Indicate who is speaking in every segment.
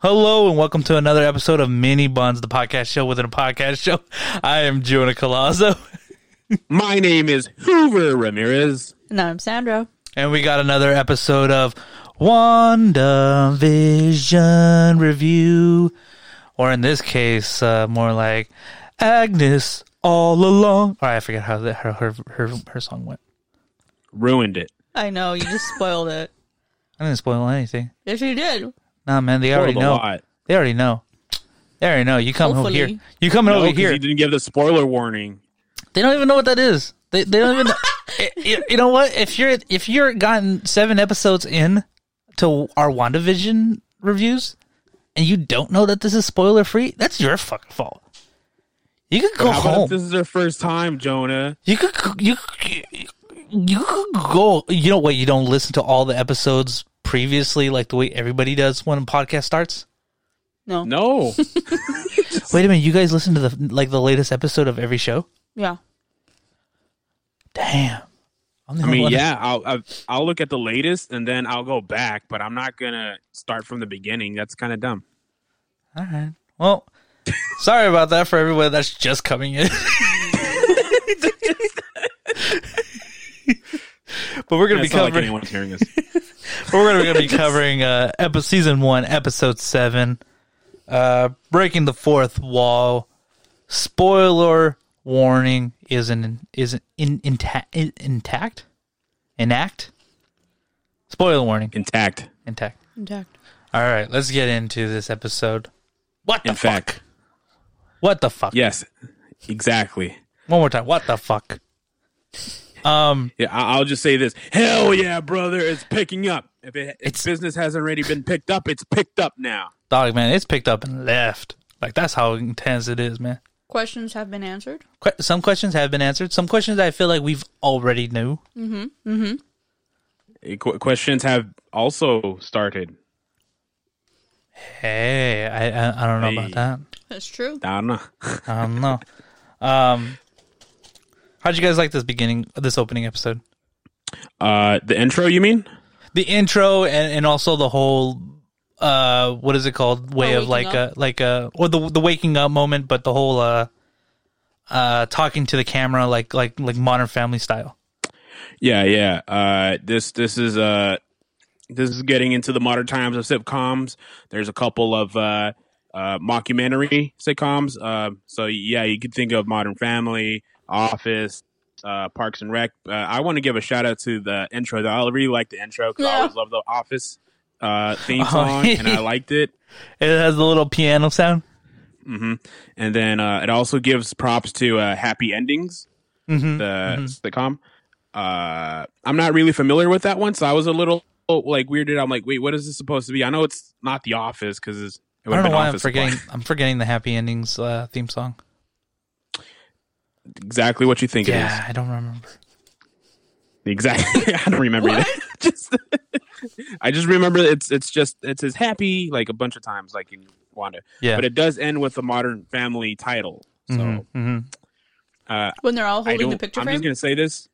Speaker 1: Hello and welcome to another episode of Mini Buns, the podcast show within a podcast show. I am Jonah Colazzo,
Speaker 2: My name is Hoover Ramirez.
Speaker 3: No, I'm Sandro.
Speaker 1: and we got another episode of WandaVision Review, or in this case, uh, more like Agnes All Along. All right, I forget how that, her, her her her song went.
Speaker 2: Ruined it.
Speaker 3: I know you just spoiled it.
Speaker 1: I didn't spoil anything.
Speaker 3: Yes, you did.
Speaker 1: Nah, man, they already
Speaker 2: Spoiled a
Speaker 1: know.
Speaker 2: lot.
Speaker 1: They already know. They already know. You come over here.
Speaker 3: Hopefully.
Speaker 1: You coming
Speaker 2: No,
Speaker 1: over
Speaker 2: 'cause
Speaker 1: here.
Speaker 2: he didn't give the spoiler warning.
Speaker 1: They don't even know what that is. They they don't even. I- I- you know what? If you're if you're gotten seven episodes in to our WandaVision reviews, and you don't know that this is spoiler free, that's your fucking fault. You could go
Speaker 2: How about if
Speaker 1: home.
Speaker 2: this is their first time, Jonah?
Speaker 1: You could you you could go. You know what? You don't listen to all the episodes previously, like the way everybody does when a podcast starts.
Speaker 3: No.
Speaker 2: No.
Speaker 1: Wait a minute, you guys listen to the like the latest episode of every show?
Speaker 3: Yeah.
Speaker 1: Damn. I'm the
Speaker 2: I
Speaker 1: only
Speaker 2: mean,
Speaker 1: one-
Speaker 2: yeah, I'll, I'll I'll look at the latest and then I'll go back, but I'm not gonna start from the beginning. That's kind of dumb.
Speaker 1: All right. Well, sorry about that for everyone that's just coming in. but we're gonna
Speaker 2: It's
Speaker 1: be
Speaker 2: not like
Speaker 1: covering.
Speaker 2: anyone's hearing this.
Speaker 1: we're gonna, be covering uh, epi- season one, episode seven, uh, breaking the fourth wall. Spoiler warning isn't isn't in, inta- in, intact. Enact. Spoiler warning
Speaker 2: Intact.
Speaker 1: intact.
Speaker 3: Intact.
Speaker 1: All right, let's get into this episode. What the
Speaker 2: In fact,
Speaker 1: fuck? What the fuck?
Speaker 2: yes, exactly.
Speaker 1: One more time. What the fuck? Um,
Speaker 2: Yeah, I- I'll just say this. Hell yeah, brother! It's picking up. If, it, if
Speaker 1: It's-
Speaker 2: business hasn't already been picked up, it's picked up now.
Speaker 1: dog, man, it's picked up and left. Like that's how intense it is, man.
Speaker 3: Questions have been answered.
Speaker 1: Que- some questions have been answered. Some questions I feel like we've already knew.
Speaker 2: Eh, qu- questions have also started.
Speaker 1: Hey, I I, I don't know
Speaker 2: Hey.
Speaker 1: about
Speaker 3: That's true.
Speaker 2: I don't know.
Speaker 1: that. I don't know. um, how'd you guys like this beginning, this opening episode?
Speaker 2: Uh, the intro, you mean?
Speaker 1: The intro and, and also the whole uh what is it called way
Speaker 3: Oh,
Speaker 1: of
Speaker 3: waking
Speaker 1: like
Speaker 3: up?
Speaker 1: uh like uh or the the waking up moment but the whole uh uh talking to the camera like like like modern family style
Speaker 2: Yeah, yeah. Uh, this this is uh this is getting into the modern times of sitcoms. There's a couple of uh, uh, mockumentary sitcoms. Uh, so yeah, you could think of Modern Family, Office, uh, Parks and Rec. Uh, I want to give a shout out to the intro. though. I really like the intro because I
Speaker 3: Yeah.
Speaker 2: always love the Office uh, theme
Speaker 1: Oh,
Speaker 2: song, and I liked it.
Speaker 1: It has the little piano sound.
Speaker 2: hmm And then uh, it also gives props to uh, Happy Endings,
Speaker 1: Mhm,
Speaker 2: the sitcom. Uh, I'm not really familiar with that one, so I was a little like weirded. I'm like, wait, what is this supposed to be? I know it's not The Office because it
Speaker 1: I
Speaker 2: would
Speaker 1: don't know
Speaker 2: have been
Speaker 1: why
Speaker 2: Office.
Speaker 1: I'm forgetting. I'm forgetting the happy endings uh, theme song.
Speaker 2: exactly what you think it
Speaker 1: Yeah,
Speaker 2: is.
Speaker 1: I don't remember.
Speaker 2: Exactly, I don't remember
Speaker 3: What?
Speaker 2: that. just, I just remember it's it's just it says happy like a bunch of times like in Wanda,
Speaker 1: Yeah,
Speaker 2: but it does end with the Modern Family title. So mm-hmm.
Speaker 1: Mhm, mhm.
Speaker 2: uh,
Speaker 3: When they're all
Speaker 2: I don't.
Speaker 3: holding the picture
Speaker 2: I'm
Speaker 3: frame.
Speaker 2: just gonna say this.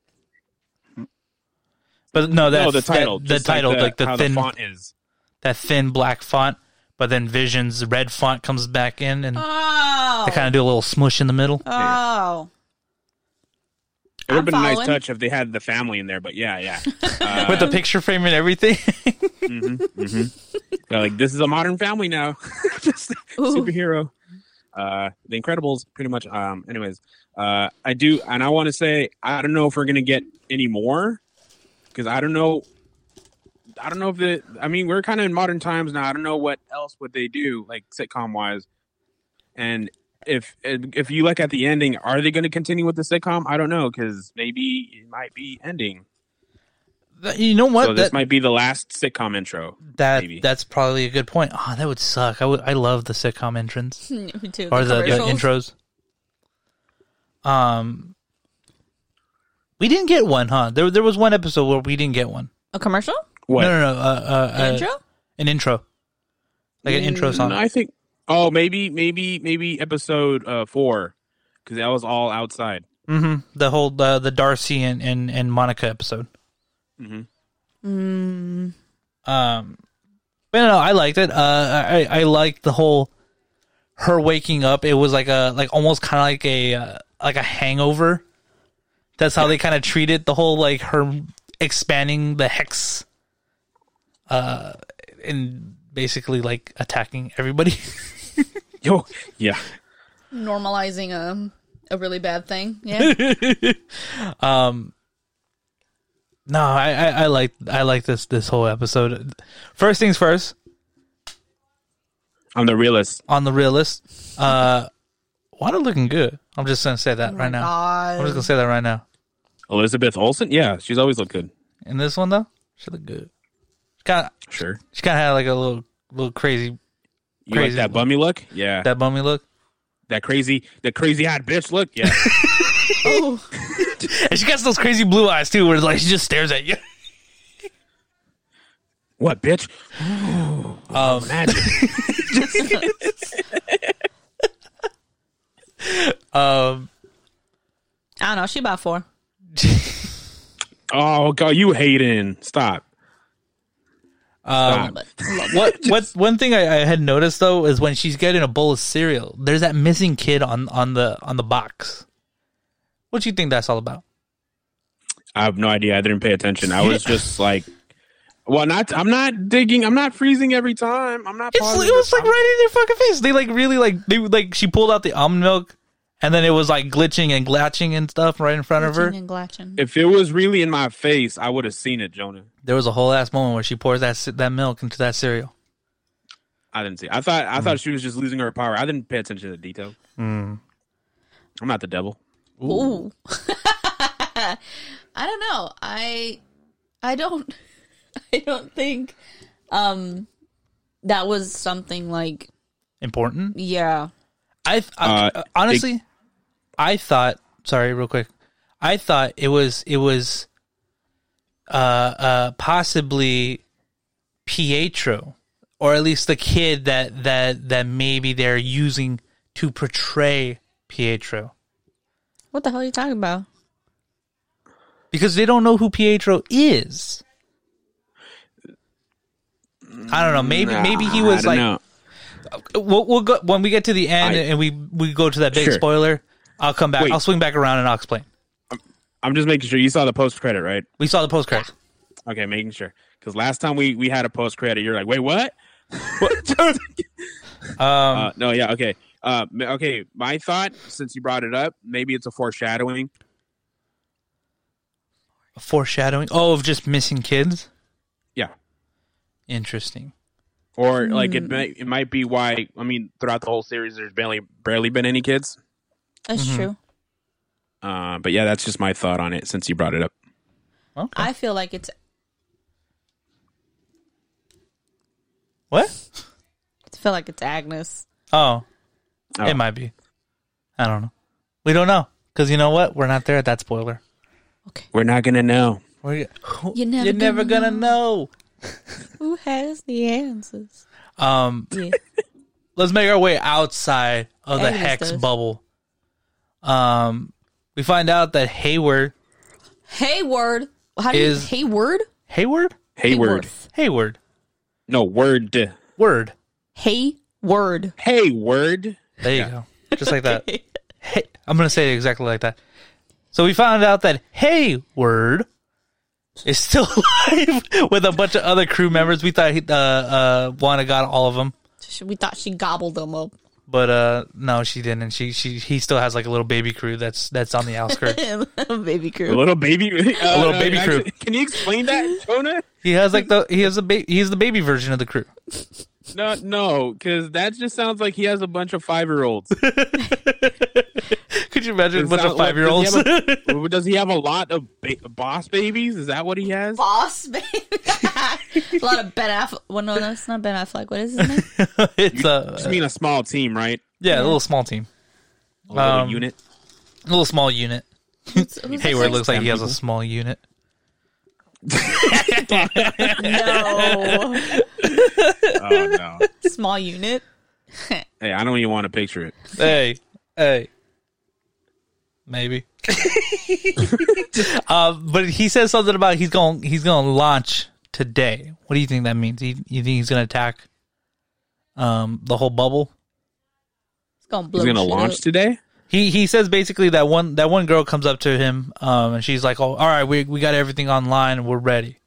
Speaker 1: but no, Oh, that
Speaker 2: no, the title.
Speaker 1: that, the
Speaker 2: just
Speaker 1: title, like the,
Speaker 2: how
Speaker 1: thin,
Speaker 2: the font is.
Speaker 1: that thin black font. But then Vision's red font comes back in, and
Speaker 3: Oh.
Speaker 1: they kind of do a little smush in the middle.
Speaker 3: oh.
Speaker 2: It would have
Speaker 3: I'm
Speaker 2: been a nice
Speaker 3: following.
Speaker 2: touch if they had the family in there, but yeah, yeah. Uh,
Speaker 1: With the picture frame and everything,
Speaker 2: they're like this is a modern family now, Just
Speaker 3: Ooh.
Speaker 2: superhero. Uh, the Incredibles, pretty much. Um, anyways, uh, I do, and I want to say I don't know if we're gonna get any more because I don't know. I don't know if the. I mean, we're kind of in modern times now. I don't know what else would they do, like sitcom wise, and if if you look at the ending, are they going to continue with the sitcom? I don't know because maybe it might be ending.
Speaker 1: That- you know what?
Speaker 2: So this
Speaker 1: that
Speaker 2: might be the last sitcom intro.
Speaker 1: that
Speaker 2: maybe.
Speaker 1: that's probably a good point. Oh, that would suck. I would. I love the sitcom entrance
Speaker 3: Me too.
Speaker 1: or the, the
Speaker 3: commercials.
Speaker 1: intros. Um, we didn't get one, huh? There there was one episode where we didn't get one.
Speaker 3: A commercial?
Speaker 2: What?
Speaker 1: No, no, no. Uh, uh,
Speaker 3: An
Speaker 1: uh,
Speaker 3: intro?
Speaker 1: An intro. Like an intro
Speaker 2: No,
Speaker 1: song.
Speaker 2: I think. Oh, maybe, maybe, maybe episode uh, four, because that was all outside.
Speaker 1: hmm The whole uh, the Darcy and, and, and Monica episode.
Speaker 2: Mhm.
Speaker 1: Mm. Um, But no, I liked it. Uh, I I liked the whole her waking up. It was like a like almost kind of like a uh, like a hangover. That's how they kind of treated the whole like her expanding the hex, uh, and basically like attacking everybody.
Speaker 2: Yo, yeah.
Speaker 3: Normalizing a a really bad thing. Yeah.
Speaker 1: No, I I, I like I like this this whole episode. First things first,
Speaker 2: I'm the realist.
Speaker 1: on the realist, uh, water looking good. I'm just gonna say that right now. I'm just gonna say that right now.
Speaker 2: Elizabeth Olsen? Yeah, she's always looked good.
Speaker 1: In this one though, she looked good. She kind of
Speaker 2: Sure.
Speaker 1: she kind of had like a little little crazy
Speaker 2: You
Speaker 1: Crazy
Speaker 2: like that
Speaker 1: look.
Speaker 2: bummy look? Yeah. That,
Speaker 1: that bummy look,
Speaker 2: crazy, the crazy hot bitch look? Yeah.
Speaker 3: Oh,
Speaker 1: and she got those crazy blue eyes too, where it's like she just stares at you.
Speaker 2: what, bitch? Oh,
Speaker 1: Um,
Speaker 2: Magic.
Speaker 1: um,
Speaker 3: I don't know. She about four.
Speaker 2: oh, God, you hating. Stop.
Speaker 1: um,
Speaker 3: But look,
Speaker 1: what what one thing I, I had noticed though is when she's getting a bowl of cereal, there's that missing kid on on the on the box. What do you think that's all about?
Speaker 2: I have no idea. I didn't pay attention. I was just like, well, not. I'm not digging. I'm not freezing every time. I'm not.
Speaker 1: It's,
Speaker 2: pausing.
Speaker 1: it was like right in their fucking face. They like really like they like she pulled out the almond milk, and then it was like glitching and glatching and stuff right in front of her.
Speaker 3: Glitching and glatching.
Speaker 2: If it was really in my face, I would have seen it, Jonah.
Speaker 1: There was a whole ass moment where she pours that c- that milk into that cereal.
Speaker 2: I didn't see. I thought. I thought she was just losing her power. I didn't pay attention to the detail. I'm not the devil.
Speaker 3: Ooh. I don't know. I I don't I don't think um that was something like
Speaker 1: Important.
Speaker 3: yeah.
Speaker 1: I, th- I-
Speaker 2: Uh,
Speaker 1: honestly, I thought. Sorry, real quick. I thought it was it was, uh, uh, possibly Pietro, or at least the kid that that that maybe they're using to portray Pietro.
Speaker 3: What the hell are you talking about?
Speaker 1: because they don't know who Pietro is. I don't know. Maybe maybe he
Speaker 2: Nah, I
Speaker 1: was
Speaker 2: don't
Speaker 1: like
Speaker 2: know.
Speaker 1: we'll, we'll go when we get to the end
Speaker 2: I-
Speaker 1: and we we go to that big
Speaker 2: Sure.
Speaker 1: spoiler. I'll come back.
Speaker 2: Wait.
Speaker 1: I'll swing back around and I'll explain.
Speaker 2: I'm just making sure you saw the post credit, right?
Speaker 1: We saw the post crash.
Speaker 2: Okay, making sure. Because last time we we had a post credit, you're like, wait, what?
Speaker 1: Um,
Speaker 2: Uh, no, yeah, okay. Uh, m- okay, my thought, since you brought it up, maybe it's a foreshadowing.
Speaker 1: foreshadowing. Oh, of just missing kids.
Speaker 2: Yeah.
Speaker 1: Interesting.
Speaker 2: Or like
Speaker 1: Hmm.
Speaker 2: it might it might be why I mean throughout the whole series there's barely barely been any kids.
Speaker 3: That's true.
Speaker 2: Uh, but yeah, that's just my thought on it since you brought it up.
Speaker 1: Okay.
Speaker 3: I feel like it's
Speaker 1: what?
Speaker 3: I feel like it's Agnes.
Speaker 1: Oh,
Speaker 2: Oh.
Speaker 1: it might be. I don't know. We don't know because you know what? We're not there at that spoiler.
Speaker 2: We're not gonna know.
Speaker 1: We're,
Speaker 3: You're never
Speaker 1: you're never
Speaker 3: gonna
Speaker 1: gonna know.
Speaker 3: Who has the answers?
Speaker 1: Um,
Speaker 3: Yeah.
Speaker 1: let's make our way outside of the
Speaker 3: Agnes
Speaker 1: hex
Speaker 3: does.
Speaker 1: bubble. Um, we find out that Hayward,
Speaker 3: Hayward. How do
Speaker 1: Is-
Speaker 3: you Hayward?
Speaker 1: Hayward,
Speaker 2: Hayward.
Speaker 3: Hayworth.
Speaker 1: Hayward,
Speaker 2: No word.
Speaker 1: word.
Speaker 3: Hayward.
Speaker 2: Hayward.
Speaker 1: There you go, just like that. Hey, I'm gonna say it exactly like that. So we found out that Hayward is still alive with a bunch of other crew members. We thought he, uh, uh, Wanda got all of them,
Speaker 3: She- We thought she gobbled them up.
Speaker 1: but uh, no, she didn't. She she he still has like a little baby crew that's that's on the outskirts.
Speaker 3: Baby
Speaker 2: A
Speaker 3: crew.
Speaker 2: little baby. a
Speaker 1: little baby crew.
Speaker 2: Uh, Can you explain that, Jonah?
Speaker 1: he has like the he has a ba- he's the baby version of the crew.
Speaker 2: No, no, because that just sounds like he has a bunch of five year olds.
Speaker 1: Could you imagine a bunch of
Speaker 2: Sound- like,
Speaker 1: five year olds?
Speaker 2: Does, he have a- does he have a lot of ba- boss babies? Is that what he has?
Speaker 3: Boss, baby. a lot of Ben Affleck. Well, no, that's not Ben Affleck. What is his name?
Speaker 1: it's a
Speaker 2: Just mean a small team, right?
Speaker 1: yeah, a little small team,
Speaker 2: A little
Speaker 1: Um,
Speaker 2: unit.
Speaker 1: a little small unit.
Speaker 3: Who's- who's
Speaker 1: Hayward
Speaker 3: that?
Speaker 1: looks like he has a
Speaker 2: people.
Speaker 1: small unit.
Speaker 3: No.
Speaker 2: Oh no!
Speaker 3: Small unit.
Speaker 2: hey, I don't even want to picture it.
Speaker 1: Hey, hey, maybe. uh, but he says something about he's going he's going to launch today. What do you think that means? You, you think he's going to attack um, the whole bubble?
Speaker 3: It's gonna blow.
Speaker 2: He's gonna
Speaker 3: shit
Speaker 2: launch
Speaker 3: up.
Speaker 2: today.
Speaker 1: He he says basically that one that one girl comes up to him um, and she's like, "Oh, all right, we we got everything online. We're ready."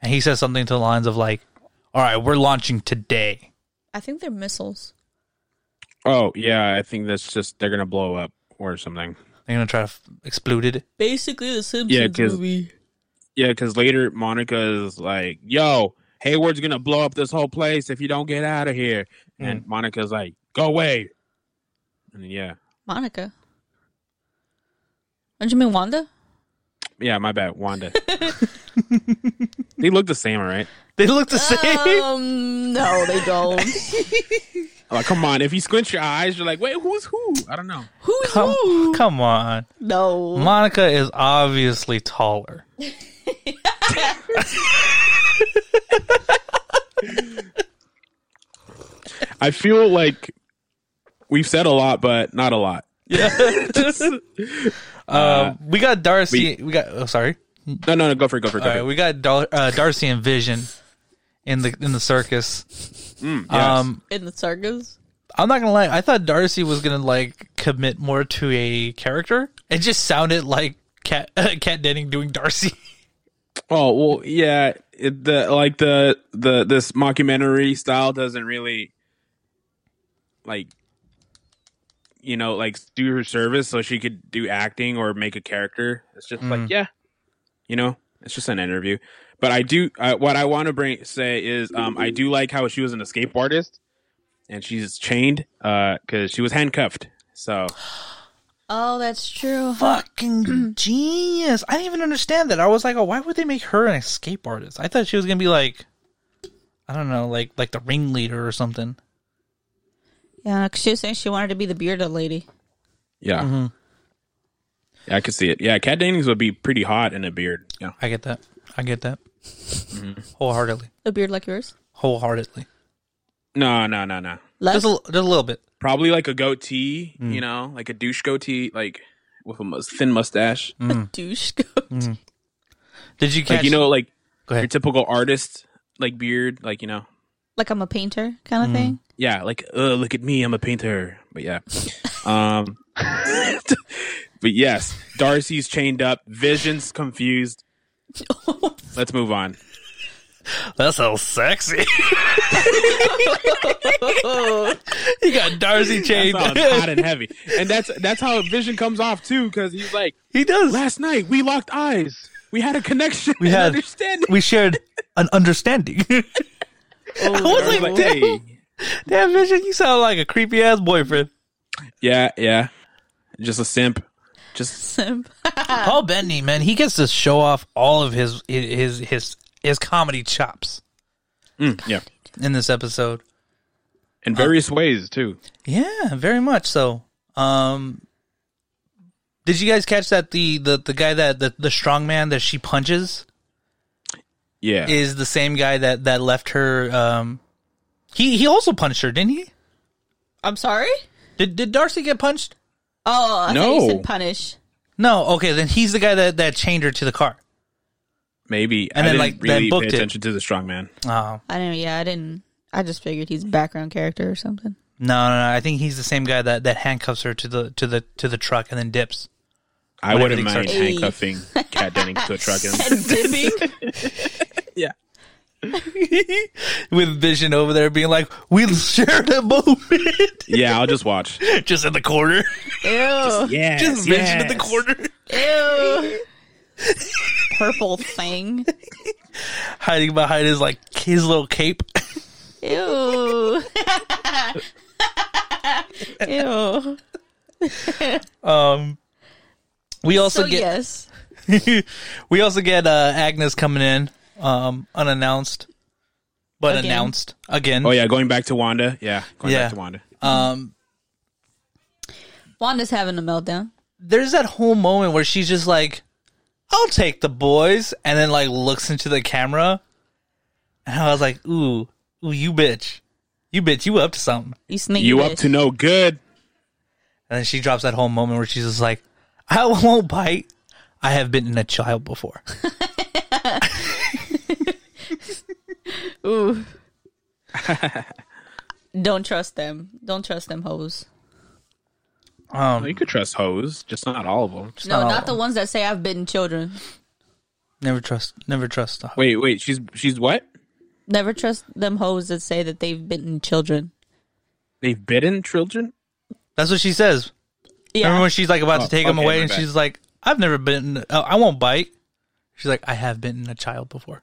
Speaker 1: And he says something to the lines of like, "All right, we're launching today."
Speaker 3: I think they're missiles.
Speaker 2: Oh yeah, I think that's just they're gonna blow up or something.
Speaker 1: They're going to try to f- explode it.
Speaker 3: Basically, the Simpsons
Speaker 2: 'cause-
Speaker 3: movie.
Speaker 2: Yeah, because later Monica is like, "Yo, Hayward's gonna blow up this whole place if you don't get out of here."
Speaker 1: Hmm.
Speaker 2: And Monica's like, "Go away." And yeah,
Speaker 3: Monica. Don't you mean Wanda?
Speaker 2: yeah, my bad, Wanda. they look the same, all right?
Speaker 1: They look the same.
Speaker 3: Um, no, they don't.
Speaker 2: Like, come on, if you squint your eyes, you're like, "Wait, who's who?" I don't know.
Speaker 3: Who's
Speaker 1: Come,
Speaker 3: who?
Speaker 1: come on.
Speaker 3: No.
Speaker 1: Monica is obviously taller.
Speaker 2: I feel like we've said a lot, but not a lot.
Speaker 1: Uh, we got Darcy. We, got. Oh, sorry.
Speaker 2: No, no, no, go for it, go for it, go
Speaker 1: All
Speaker 2: for
Speaker 1: right,
Speaker 2: it.
Speaker 1: we got Dar- uh, Darcy and Vision in the in the circus.
Speaker 2: Mm, yes.
Speaker 1: Um,
Speaker 3: In the circus?
Speaker 1: I'm not gonna lie. I thought Darcy was gonna like commit more to a character. It just sounded like Cat Cat Denning doing Darcy.
Speaker 2: Oh well, yeah. It, the like the the this mockumentary style doesn't really like you know like do her service, so she could do acting or make a character. It's just like yeah, you know, it's just an interview. But I do uh, what I want to bring say is um, I do like how she was an escape artist, and she's chained because she was handcuffed. So
Speaker 3: Oh, that's true.
Speaker 1: Fucking genius! I didn't even understand that. I was like, oh, why would they make her an escape artist? I thought she was gonna be like, I don't know, like like the ringleader or something.
Speaker 3: Yeah, 'cause she was saying she wanted to be the bearded lady.
Speaker 2: yeah. Yeah, I could see it. Yeah, Cat Dennings would be pretty hot in a beard. Yeah.
Speaker 1: I get that. I get that.
Speaker 2: Mm-hmm.
Speaker 1: Wholeheartedly.
Speaker 3: A beard like yours?
Speaker 1: Wholeheartedly.
Speaker 2: No, no, no, no.
Speaker 3: Less?
Speaker 1: Just a, just a little bit.
Speaker 2: Probably like a goatee,
Speaker 1: Hmm.
Speaker 2: you know, like a douche goatee, like with a mus- thin mustache.
Speaker 3: douche goat.
Speaker 2: Mm.
Speaker 1: Did you catch?
Speaker 2: Like you know, like
Speaker 1: Go
Speaker 2: your
Speaker 1: ahead.
Speaker 2: typical artist, like beard, like you know,
Speaker 3: Like I'm a painter kind
Speaker 2: Mm.
Speaker 3: of thing.
Speaker 2: yeah, like uh, look at me, I'm a painter. But yeah, um, but yes, Darcy's chained up, Vision's confused. Let's move on.
Speaker 1: That sounds sexy. you got Darcy
Speaker 2: That's
Speaker 1: chained.
Speaker 2: how it's hot and heavy, and that's that's how Vision comes off too, because he's like,
Speaker 1: he does.
Speaker 2: last night we locked eyes, we had a connection, we
Speaker 1: had-
Speaker 2: understanding.
Speaker 1: we shared an understanding. I was
Speaker 2: I was
Speaker 1: like,
Speaker 2: like,
Speaker 1: damn,
Speaker 2: hey.
Speaker 1: damn, Vision, you sound like a creepy ass boyfriend.
Speaker 2: Yeah, yeah. Just a simp. Just
Speaker 3: Simp.
Speaker 1: Paul Bettany, man, he gets to show off all of his his his his comedy chops
Speaker 2: mm, yeah.
Speaker 1: in this episode.
Speaker 2: In various ways too.
Speaker 1: Yeah, very much so. Um Did you guys catch that the the, the guy that the, the strong man that she punches
Speaker 2: Yeah.
Speaker 1: is the same guy that that left her um he he also punched her, didn't he?
Speaker 3: I'm sorry?
Speaker 1: Did did Darcy get punched?
Speaker 3: Oh, I thought you
Speaker 2: No.
Speaker 3: said punish.
Speaker 1: No, okay, then he's the guy that that chained her to the car.
Speaker 2: Maybe.
Speaker 1: And
Speaker 2: I
Speaker 1: then,
Speaker 2: didn't
Speaker 1: like, then
Speaker 2: really pay
Speaker 1: booked it.
Speaker 2: attention to the strong man.
Speaker 1: Oh.
Speaker 3: I didn't, yeah, I didn't. I just figured he's a background character or something.
Speaker 1: No, no, no. I think he's the same guy that that handcuffs her to the to the to the truck and then dips.
Speaker 2: I
Speaker 1: When
Speaker 2: wouldn't
Speaker 1: everything
Speaker 2: mind
Speaker 1: starts-
Speaker 2: handcuffing Cat Dennings to a truck. And,
Speaker 3: And dipping.
Speaker 2: yeah.
Speaker 1: With Vision over there being like, "We shared a moment,"
Speaker 2: Yeah, I'll just watch.
Speaker 1: just in the corner,
Speaker 3: Ew.
Speaker 2: Yeah.
Speaker 1: just Vision in the corner,
Speaker 3: Ew. Purple thing.
Speaker 1: hiding behind his like his little cape.
Speaker 3: Ew. Ew.
Speaker 1: Um, we also
Speaker 3: So
Speaker 1: get
Speaker 3: yes.
Speaker 1: we also get uh, Agnes coming in, um, unannounced, but
Speaker 3: Again.
Speaker 1: announced again.
Speaker 2: Oh yeah, going back to Wanda. Yeah. Going
Speaker 1: Yeah.
Speaker 2: back to Wanda.
Speaker 1: Um,
Speaker 3: Wanda's having a meltdown.
Speaker 1: there's that whole moment where she's just like, "I'll take the boys," and then like looks into the camera, and I was like, "Ooh, ooh, you bitch, you bitch, you up to something."
Speaker 3: You sneaky
Speaker 2: You up
Speaker 3: bitch.
Speaker 2: to no good.
Speaker 1: And then she drops that whole moment where she's just like, "I won't bite. I have bitten a child before."
Speaker 3: Ooh. Don't trust them. Don't trust them hoes.
Speaker 2: Well,
Speaker 1: Um,
Speaker 2: you could trust hoes, just not all of them.
Speaker 1: it's
Speaker 3: No,
Speaker 1: all-
Speaker 3: not the ones that say I've bitten children.
Speaker 1: Never trust. Never trust. The,
Speaker 2: Wait, wait, she's she's what?
Speaker 3: Never trust them hoes that say that they've bitten children.
Speaker 2: They've bitten children.
Speaker 1: that's what she says. Remember when she's like about
Speaker 2: Oh,
Speaker 1: to take him
Speaker 2: okay,
Speaker 1: away,
Speaker 2: my
Speaker 1: and
Speaker 2: bad.
Speaker 1: she's like, "I've never bitten. Uh, I won't bite." She's like, "I have bitten a child before."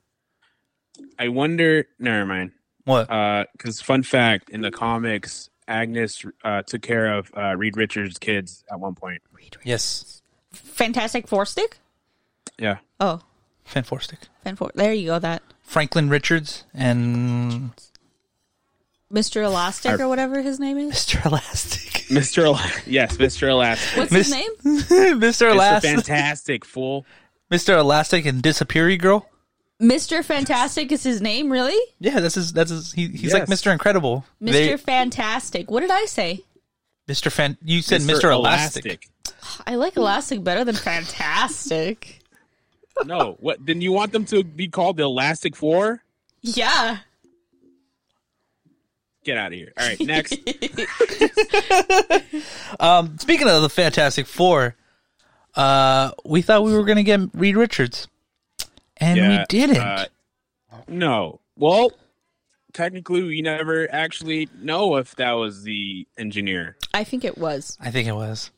Speaker 2: I wonder. Never mind.
Speaker 1: What?
Speaker 2: Uh. Because fun fact, in the comics, Agnes uh, took care of uh, Reed Richards' kids at one point.
Speaker 1: yes,
Speaker 3: Fantastic Four Stick?
Speaker 2: Yeah,
Speaker 3: Oh,
Speaker 1: Fan Four Stick.
Speaker 3: Fan Four. There you go. That
Speaker 1: Franklin Richards and
Speaker 3: Mr. Elastic
Speaker 2: I-
Speaker 3: or whatever his name is.
Speaker 1: Mr. Elastic.
Speaker 2: Mr. El- yes, Mr. Elastic.
Speaker 3: What's his
Speaker 1: Mis-
Speaker 3: name?
Speaker 1: Mr.
Speaker 2: Mr.
Speaker 1: Elastic.
Speaker 2: Fantastic fool.
Speaker 1: Mr. Elastic and Disappearing Girl.
Speaker 3: Mr. Fantastic is his name, really?
Speaker 1: Yeah, that's his. That's his. He, he's like
Speaker 2: Yes.
Speaker 1: Mr. Incredible.
Speaker 3: Mr.
Speaker 1: They-
Speaker 3: Fantastic. What did I say?
Speaker 1: Mr. Fan. You said Mr. Elastic.
Speaker 3: I like Elastic better than Fantastic.
Speaker 2: no, what? Didn't you want them to be called the Elastic Four?
Speaker 3: yeah.
Speaker 2: Get out of here. All right, next.
Speaker 1: Um, speaking of the Fantastic Four, uh, we thought we were gonna get Reed Richards, and we
Speaker 2: Yeah,
Speaker 1: didn't.
Speaker 2: uh, no. Well, technically, we never actually know if that was the engineer.
Speaker 3: I think it was.
Speaker 1: I think it was.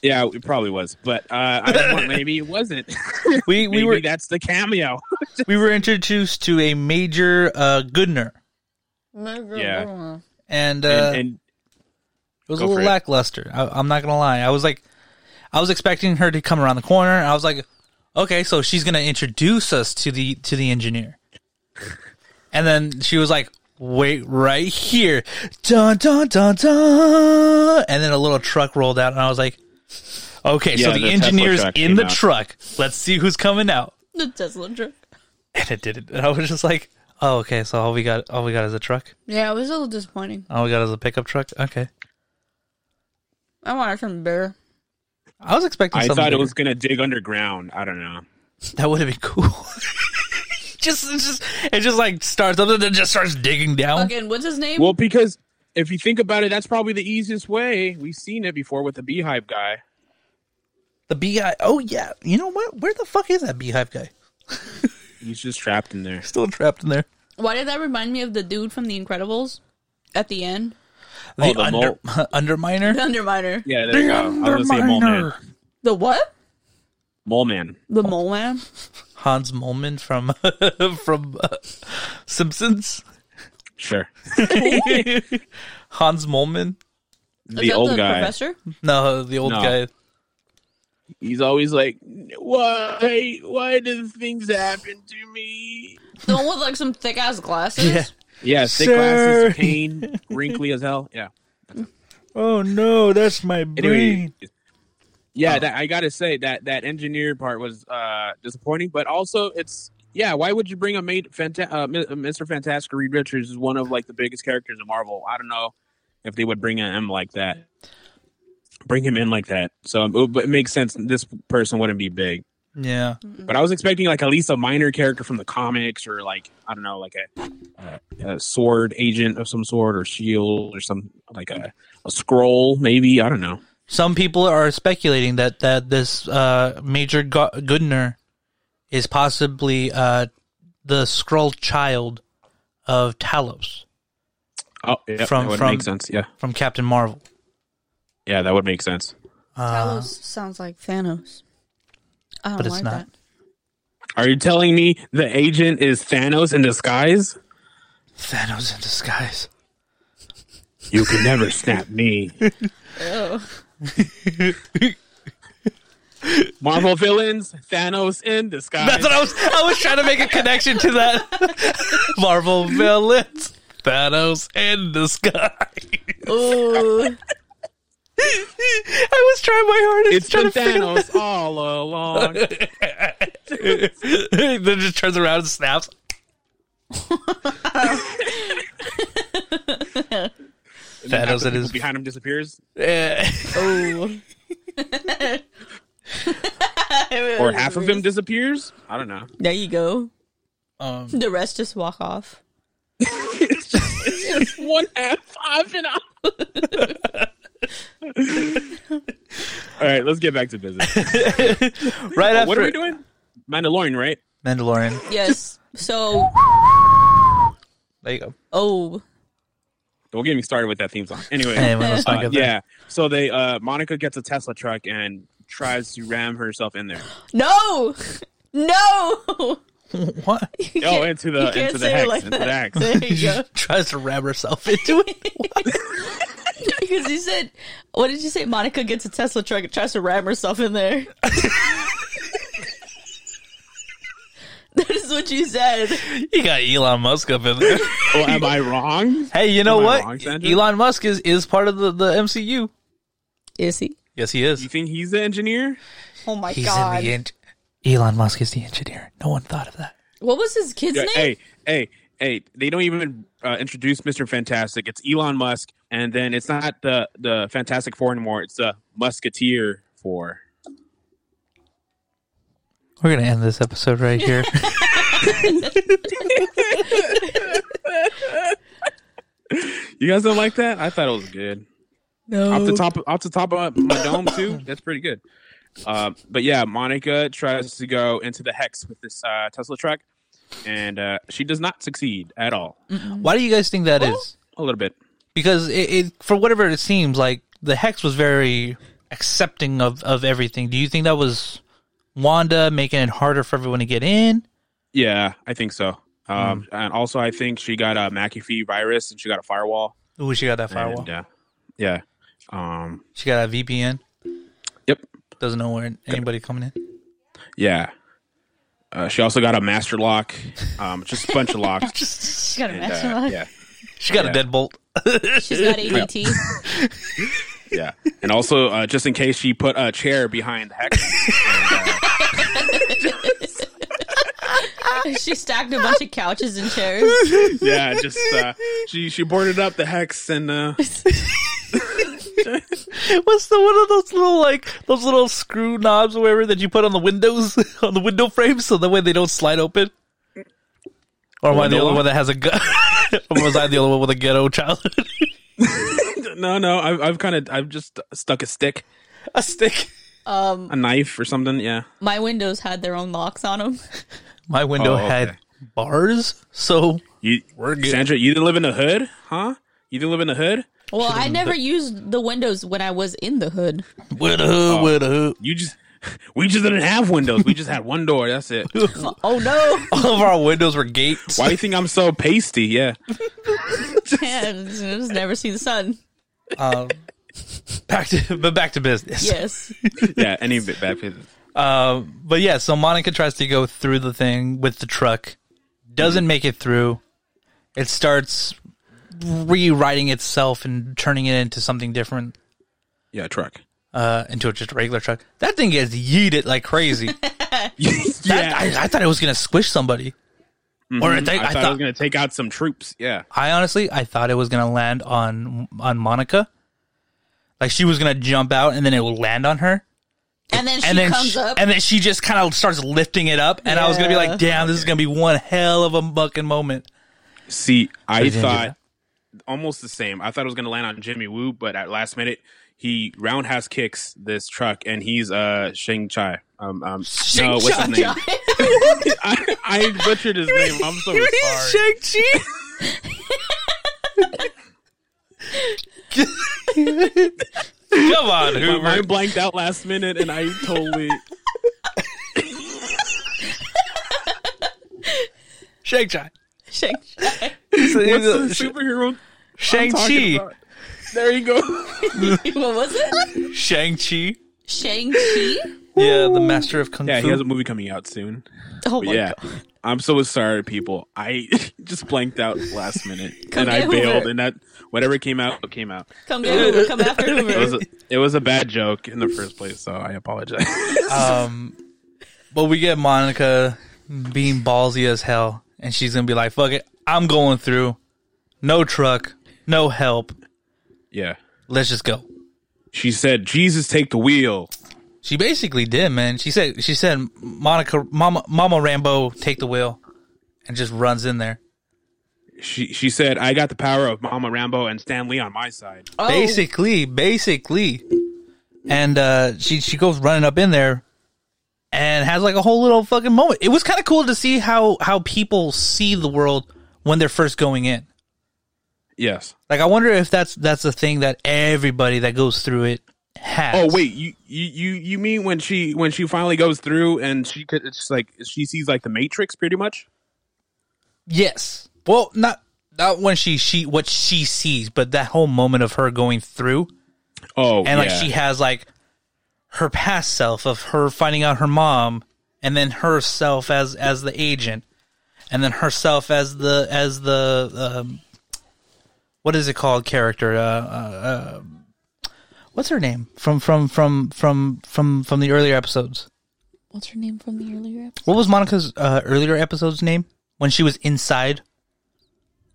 Speaker 2: Yeah, it probably was, but uh, I don't want- maybe it wasn't.
Speaker 1: We we
Speaker 2: maybe
Speaker 1: were
Speaker 2: that's the cameo.
Speaker 1: we were introduced to a major uh, Goodner,
Speaker 2: Yeah.
Speaker 1: and, uh,
Speaker 2: and, and
Speaker 1: it was a
Speaker 2: go for
Speaker 1: little
Speaker 2: it.
Speaker 1: lackluster. I, I'm not gonna lie. I was like, I was expecting her to come around the corner. I was like, okay, so she's gonna introduce us to the to the engineer, and then she was like, wait right here, dun dun dun dun, and then a little truck rolled out, and I was like, okay, so
Speaker 2: Yeah,
Speaker 1: the,
Speaker 2: the Tesla
Speaker 1: engineer's
Speaker 2: truck
Speaker 1: in
Speaker 2: came
Speaker 1: the
Speaker 2: out.
Speaker 1: truck. Let's see who's coming out,
Speaker 3: The Tesla truck.
Speaker 1: and it didn't. And I was just like, oh, okay, so all we got all we got is a truck.
Speaker 3: Yeah, it was a little disappointing.
Speaker 1: All we got is a pickup truck. Okay,
Speaker 3: I wanted something better.
Speaker 1: I was expecting.
Speaker 2: I
Speaker 1: something
Speaker 2: thought it
Speaker 1: bigger.
Speaker 2: was gonna dig underground. I don't know.
Speaker 1: That would have been cool. just, it just, it just like starts up and then just starts digging down.
Speaker 3: Again, what's his name?
Speaker 2: Well, because if you think about it, that's probably the easiest way. We've seen it before with the beehive guy.
Speaker 1: The beehive. Oh yeah, you know what? Where the fuck is that beehive guy?
Speaker 2: He's just trapped in there.
Speaker 1: Still trapped in there.
Speaker 3: Why did that remind me of the dude from The Incredibles at the end?
Speaker 1: The,
Speaker 2: Oh, the
Speaker 1: under, underminer.
Speaker 3: Underminer.
Speaker 2: Yeah, there you go. I was gonna say mole man.
Speaker 3: The what?
Speaker 2: Mole man.
Speaker 3: The Mole Man?
Speaker 1: Hans Molman from from uh, Simpsons.
Speaker 2: Sure.
Speaker 1: Hans Molman.
Speaker 3: Is
Speaker 2: the
Speaker 3: that
Speaker 2: old
Speaker 3: the
Speaker 2: guy.
Speaker 3: professor?
Speaker 1: No, the old
Speaker 2: No.
Speaker 1: guy.
Speaker 2: He's always like, why? Why do things happen to me?
Speaker 3: The one with like some thick ass glasses?
Speaker 1: Yeah.
Speaker 2: Yeah, thick
Speaker 1: Sir.
Speaker 2: glasses, pain, wrinkly as hell. Yeah.
Speaker 1: Oh no, that's my
Speaker 2: Anyway, yeah, that, I gotta say that that engineer part was uh disappointing, but also it's yeah. Why would you bring a mate? Fanta- uh, Mi- uh, Mr. Fantastic Reed Richards is one of like the biggest characters in Marvel. I don't know if they would bring him like that. Bring him in like that, so um, it, would- but it makes sense. This person wouldn't be big,
Speaker 1: Yeah.
Speaker 2: but I was expecting like at least a minor character from the comics, or like I don't know, like a, a sword agent of some sort, or shield, or some like a a scroll, maybe I don't know.
Speaker 1: Some people are speculating that that this uh, Major Go- Goodner is possibly uh, the Skrull child of Talos
Speaker 2: Oh, yeah,
Speaker 1: From-
Speaker 2: that would
Speaker 1: from-
Speaker 2: make sense. Yeah,
Speaker 1: from Captain Marvel.
Speaker 2: yeah, that would make sense.
Speaker 1: Uh,
Speaker 3: Talos sounds like Thanos. I don't
Speaker 1: But it's
Speaker 3: like
Speaker 1: not.
Speaker 3: that.
Speaker 2: Are you telling me the agent is Thanos in disguise?
Speaker 1: Thanos in disguise.
Speaker 2: You can never snap me.
Speaker 3: Ew.
Speaker 2: Marvel villains, Thanos in disguise.
Speaker 1: That's what I was. I was trying to make a connection to that Marvel villains. Thanos in disguise.
Speaker 3: Ooh.
Speaker 1: I was trying my hardest.
Speaker 2: it's
Speaker 1: trying
Speaker 2: been
Speaker 1: to figure
Speaker 2: Thanos all along.
Speaker 1: then just turns around and snaps. Thanos in his.
Speaker 2: behind him disappears,
Speaker 1: Eh.
Speaker 3: Ooh.
Speaker 2: or half of him disappears. I don't know.
Speaker 3: There you go.
Speaker 1: Um,
Speaker 3: The rest just walk off.
Speaker 2: it's just, it's just one half five and up. All right, let's get back to business.
Speaker 1: right after
Speaker 2: what are we doing? Mandalorian, right?
Speaker 1: Mandalorian.
Speaker 3: Yes. So,
Speaker 1: There you go.
Speaker 3: oh,
Speaker 2: Don't get me started with that theme song. Anyway,
Speaker 1: Hey, when let's not
Speaker 2: uh,
Speaker 1: get there.
Speaker 2: yeah. So they, uh, Monica gets a Tesla truck and tries to ram herself in there.
Speaker 3: no, no.
Speaker 1: What?
Speaker 2: Oh, into the
Speaker 3: You can't
Speaker 2: into the
Speaker 3: say it
Speaker 2: hex,
Speaker 3: like
Speaker 2: into the
Speaker 3: that.
Speaker 2: hex.
Speaker 3: There you go.
Speaker 1: tries to ram herself into it.
Speaker 3: Because you said, what did you say? Monica gets a Tesla truck and tries to ram herself in there. that is what you said.
Speaker 1: You got Elon Musk up in there.
Speaker 2: Oh, am I wrong?
Speaker 1: Hey, you know
Speaker 2: Am I
Speaker 1: what?
Speaker 2: wrong, Sandra?
Speaker 1: Elon Musk is, is part of the, the MCU.
Speaker 3: Is he?
Speaker 1: Yes, he is.
Speaker 2: You think he's the engineer?
Speaker 3: Oh my
Speaker 1: He's
Speaker 3: god.
Speaker 1: in the end. Elon Musk is the engineer. No one thought of that.
Speaker 3: what was his kid's
Speaker 2: Yeah,
Speaker 3: name?
Speaker 2: hey, hey, hey! They don't even uh, introduce Mister Fantastic. It's Elon Musk, and then it's not the the Fantastic Four anymore. It's the Musketeer Four.
Speaker 1: We're gonna end this episode right here.
Speaker 2: You guys don't like that? I thought it was good.
Speaker 3: No.
Speaker 2: Off the top, off the top of my dome too. That's pretty good. Uh, but yeah, Monica tries to go into the hex with this uh, Tesla truck, and uh, she does not succeed at all.
Speaker 1: Why do you guys think
Speaker 3: Oh.
Speaker 1: that is?
Speaker 2: A little bit.
Speaker 1: Because it, it, for whatever it seems like, the Hex was very accepting of of everything. Do you think that was Wanda making it harder for everyone to get in?
Speaker 2: Yeah, I think so. Um, And also, I think she got a McAfee virus and she got a firewall.
Speaker 1: Ooh, she got that firewall.
Speaker 2: And, uh, yeah. Um,
Speaker 1: She got a VPN.
Speaker 2: yep.
Speaker 1: Doesn't know where anybody coming in.
Speaker 2: Yeah. Uh, she also got a master lock, um, just a bunch of locks.
Speaker 3: She's got a
Speaker 2: And, uh,
Speaker 3: master lock.
Speaker 2: yeah,
Speaker 1: She got
Speaker 2: Yeah.
Speaker 1: a deadbolt.
Speaker 3: She's got ADT.
Speaker 2: yeah. And also, uh, just in case she put a chair behind the hex.
Speaker 3: she stacked a bunch of couches and chairs.
Speaker 2: yeah, just uh, she she boarded up the hex and uh,
Speaker 1: What's the one of those little like those little screw knobs or whatever that you put on the windows on the window frames so that way they don't slide open? Or am I the
Speaker 2: Window
Speaker 1: only
Speaker 2: lock?
Speaker 1: one that has a gun? or was I the only one with a ghetto childhood?
Speaker 2: no no I've I've kind of I've just stuck a stick,
Speaker 1: a stick.
Speaker 2: a knife or something. Yeah,
Speaker 3: My windows had their own locks on them.
Speaker 1: My window
Speaker 2: Oh, okay.
Speaker 1: had bars, so
Speaker 2: you we're good. Sandra, you didn't live in the hood, huh? You didn't live in the hood.
Speaker 3: Well, I never used the windows when I was in the hood.
Speaker 1: with a hood, with a hood.
Speaker 2: You just we just didn't have windows. We just had one door. That's it.
Speaker 3: Oh no.
Speaker 1: All of our windows were gates.
Speaker 2: Why do you think I'm so pasty? Yeah.
Speaker 3: Man, I just never see the sun.
Speaker 1: Um, back to but back to business.
Speaker 3: Yes.
Speaker 2: Yeah, any bit bad business.
Speaker 1: Um, but yeah, so Monica tries to go through the thing with the truck, doesn't make it through. It starts rewriting itself and turning it into something different,
Speaker 2: Yeah, truck.
Speaker 1: uh, into just a regular truck. That thing gets yeeted like crazy. That-
Speaker 2: yeah.
Speaker 1: I, I thought it was gonna squish somebody, or I,
Speaker 2: I,
Speaker 1: think Mm-hmm. I
Speaker 2: thought,
Speaker 1: thought
Speaker 2: I was gonna take out some troops. Yeah.
Speaker 1: I honestly I thought it was gonna land on on Monica, like she was gonna jump out and then it would land on her.
Speaker 3: And then she
Speaker 1: and then
Speaker 3: comes
Speaker 1: she,
Speaker 3: up.
Speaker 1: and then she just kind of starts lifting it up, and I was gonna be
Speaker 3: Yeah.
Speaker 1: like, "Damn, this is gonna be one hell of a fucking moment."
Speaker 2: See, I
Speaker 1: didn't do
Speaker 2: thought almost the same. I thought it was gonna land on Jimmy Woo, but at last minute he roundhouse kicks this truck and he's uh Shang Chai. Um um no, what's his name? I, I butchered his name. I'm so sorry.
Speaker 1: Shang-Chi. Come on,
Speaker 2: My
Speaker 1: Hoover.
Speaker 2: mind blanked out last minute and I totally
Speaker 1: Shang-Chi.
Speaker 3: Shang-Chi.
Speaker 2: What's the superhero talking
Speaker 1: Shang-Chi.
Speaker 2: about? There you go.
Speaker 3: what was it?
Speaker 1: Shang-Chi.
Speaker 3: Shang-Chi?
Speaker 1: Yeah, the master of kung
Speaker 2: Yeah,
Speaker 1: fu.
Speaker 2: he has a movie coming out soon.
Speaker 3: Oh
Speaker 2: But
Speaker 3: my
Speaker 2: yeah,
Speaker 3: god.
Speaker 2: I'm so sorry, people. I just blanked out last minute
Speaker 3: Come
Speaker 2: and I
Speaker 3: get
Speaker 2: bailed,
Speaker 3: Hoover.
Speaker 2: and that whatever came out came out.
Speaker 3: Come get Hoover. Come after
Speaker 2: It was
Speaker 3: Hoover.
Speaker 2: a, it was a bad joke in the first place, so I apologize.
Speaker 1: Um, but we get Monica being ballsy as hell, and she's gonna be like, "Fuck it, I'm going through. No truck, no help.
Speaker 2: yeah,
Speaker 1: Let's just go."
Speaker 2: she said, "Jesus, take the wheel."
Speaker 1: She basically did, man. She said, "She said, Monica, Mama, Mama Rambo, take the wheel." and just runs in there.
Speaker 2: She she said, "I got the power of Mama Rambo and Stan Lee on my side."
Speaker 3: Oh,
Speaker 1: Basically, basically. And uh, she she goes running up in there and has like a whole little fucking moment. It was kind of cool to see how how people see the world when they're first going in.
Speaker 2: Yes.
Speaker 1: Like I wonder if that's that's the thing that everybody that goes through it has.
Speaker 2: Oh wait, you you you you mean when she when she finally goes through and she could it's like she sees like the Matrix pretty much.
Speaker 1: Yes. Well, not not when she she what she sees, but that whole moment of her going through
Speaker 2: Oh,
Speaker 1: and like
Speaker 2: yeah.
Speaker 1: she has like her past self of her finding out her mom and then herself as as the agent and then herself as the as the um, what is it called character uh, uh, uh what's her name from from from from from from the earlier episodes
Speaker 3: what's her name from the earlier episode?
Speaker 1: what was monica's uh, earlier episode's name when she was inside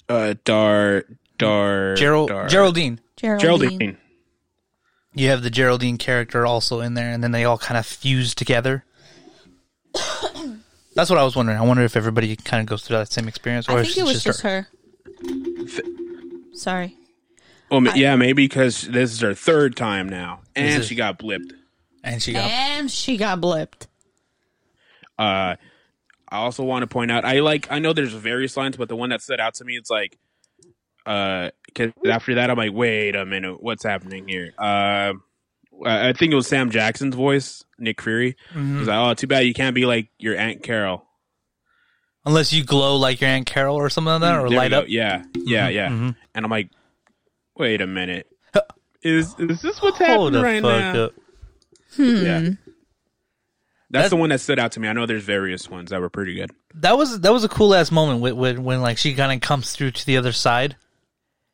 Speaker 2: uh Dar Dar
Speaker 1: Gerald
Speaker 2: Dar-
Speaker 1: geraldine
Speaker 3: Geraldine.
Speaker 2: Geraldine.
Speaker 1: you have the Geraldine character also in there, and then they all kind of fuse together. That's what I was wondering. I wonder if everybody kind of goes through that same experience, or
Speaker 3: I
Speaker 1: if it's
Speaker 3: think it was just
Speaker 1: her.
Speaker 3: her. Sorry.
Speaker 2: Oh ma- yeah, maybe because this is her third time now, and
Speaker 1: it-
Speaker 2: she got blipped.
Speaker 1: And she got
Speaker 3: And she got blipped.
Speaker 2: Uh, I also want to point out, I like, I know there's various lines, but the one that stood out to me, it's like, uh, 'cause after that, I'm like, wait a minute, what's happening here? Uh, I I think it was Sam Jackson's voice, Nick Fury.
Speaker 1: Mm-hmm.
Speaker 2: It was like, oh, too bad you can't be like your Aunt Carol.
Speaker 1: unless you glow like your aunt Carol or something like that, or
Speaker 2: There we
Speaker 1: light
Speaker 2: go.
Speaker 1: up. Mm-hmm.
Speaker 2: Yeah, yeah, yeah. And I'm like, wait a minute, is is this what's
Speaker 1: Hold
Speaker 2: happening
Speaker 1: the
Speaker 2: right
Speaker 1: fuck
Speaker 2: now?
Speaker 1: up!
Speaker 2: Yeah. That's
Speaker 1: That's-
Speaker 2: the one that stood out to me. I know there's various ones that were pretty good.
Speaker 1: That was that was a cool ass moment when, when when like she kind of comes through to the other side,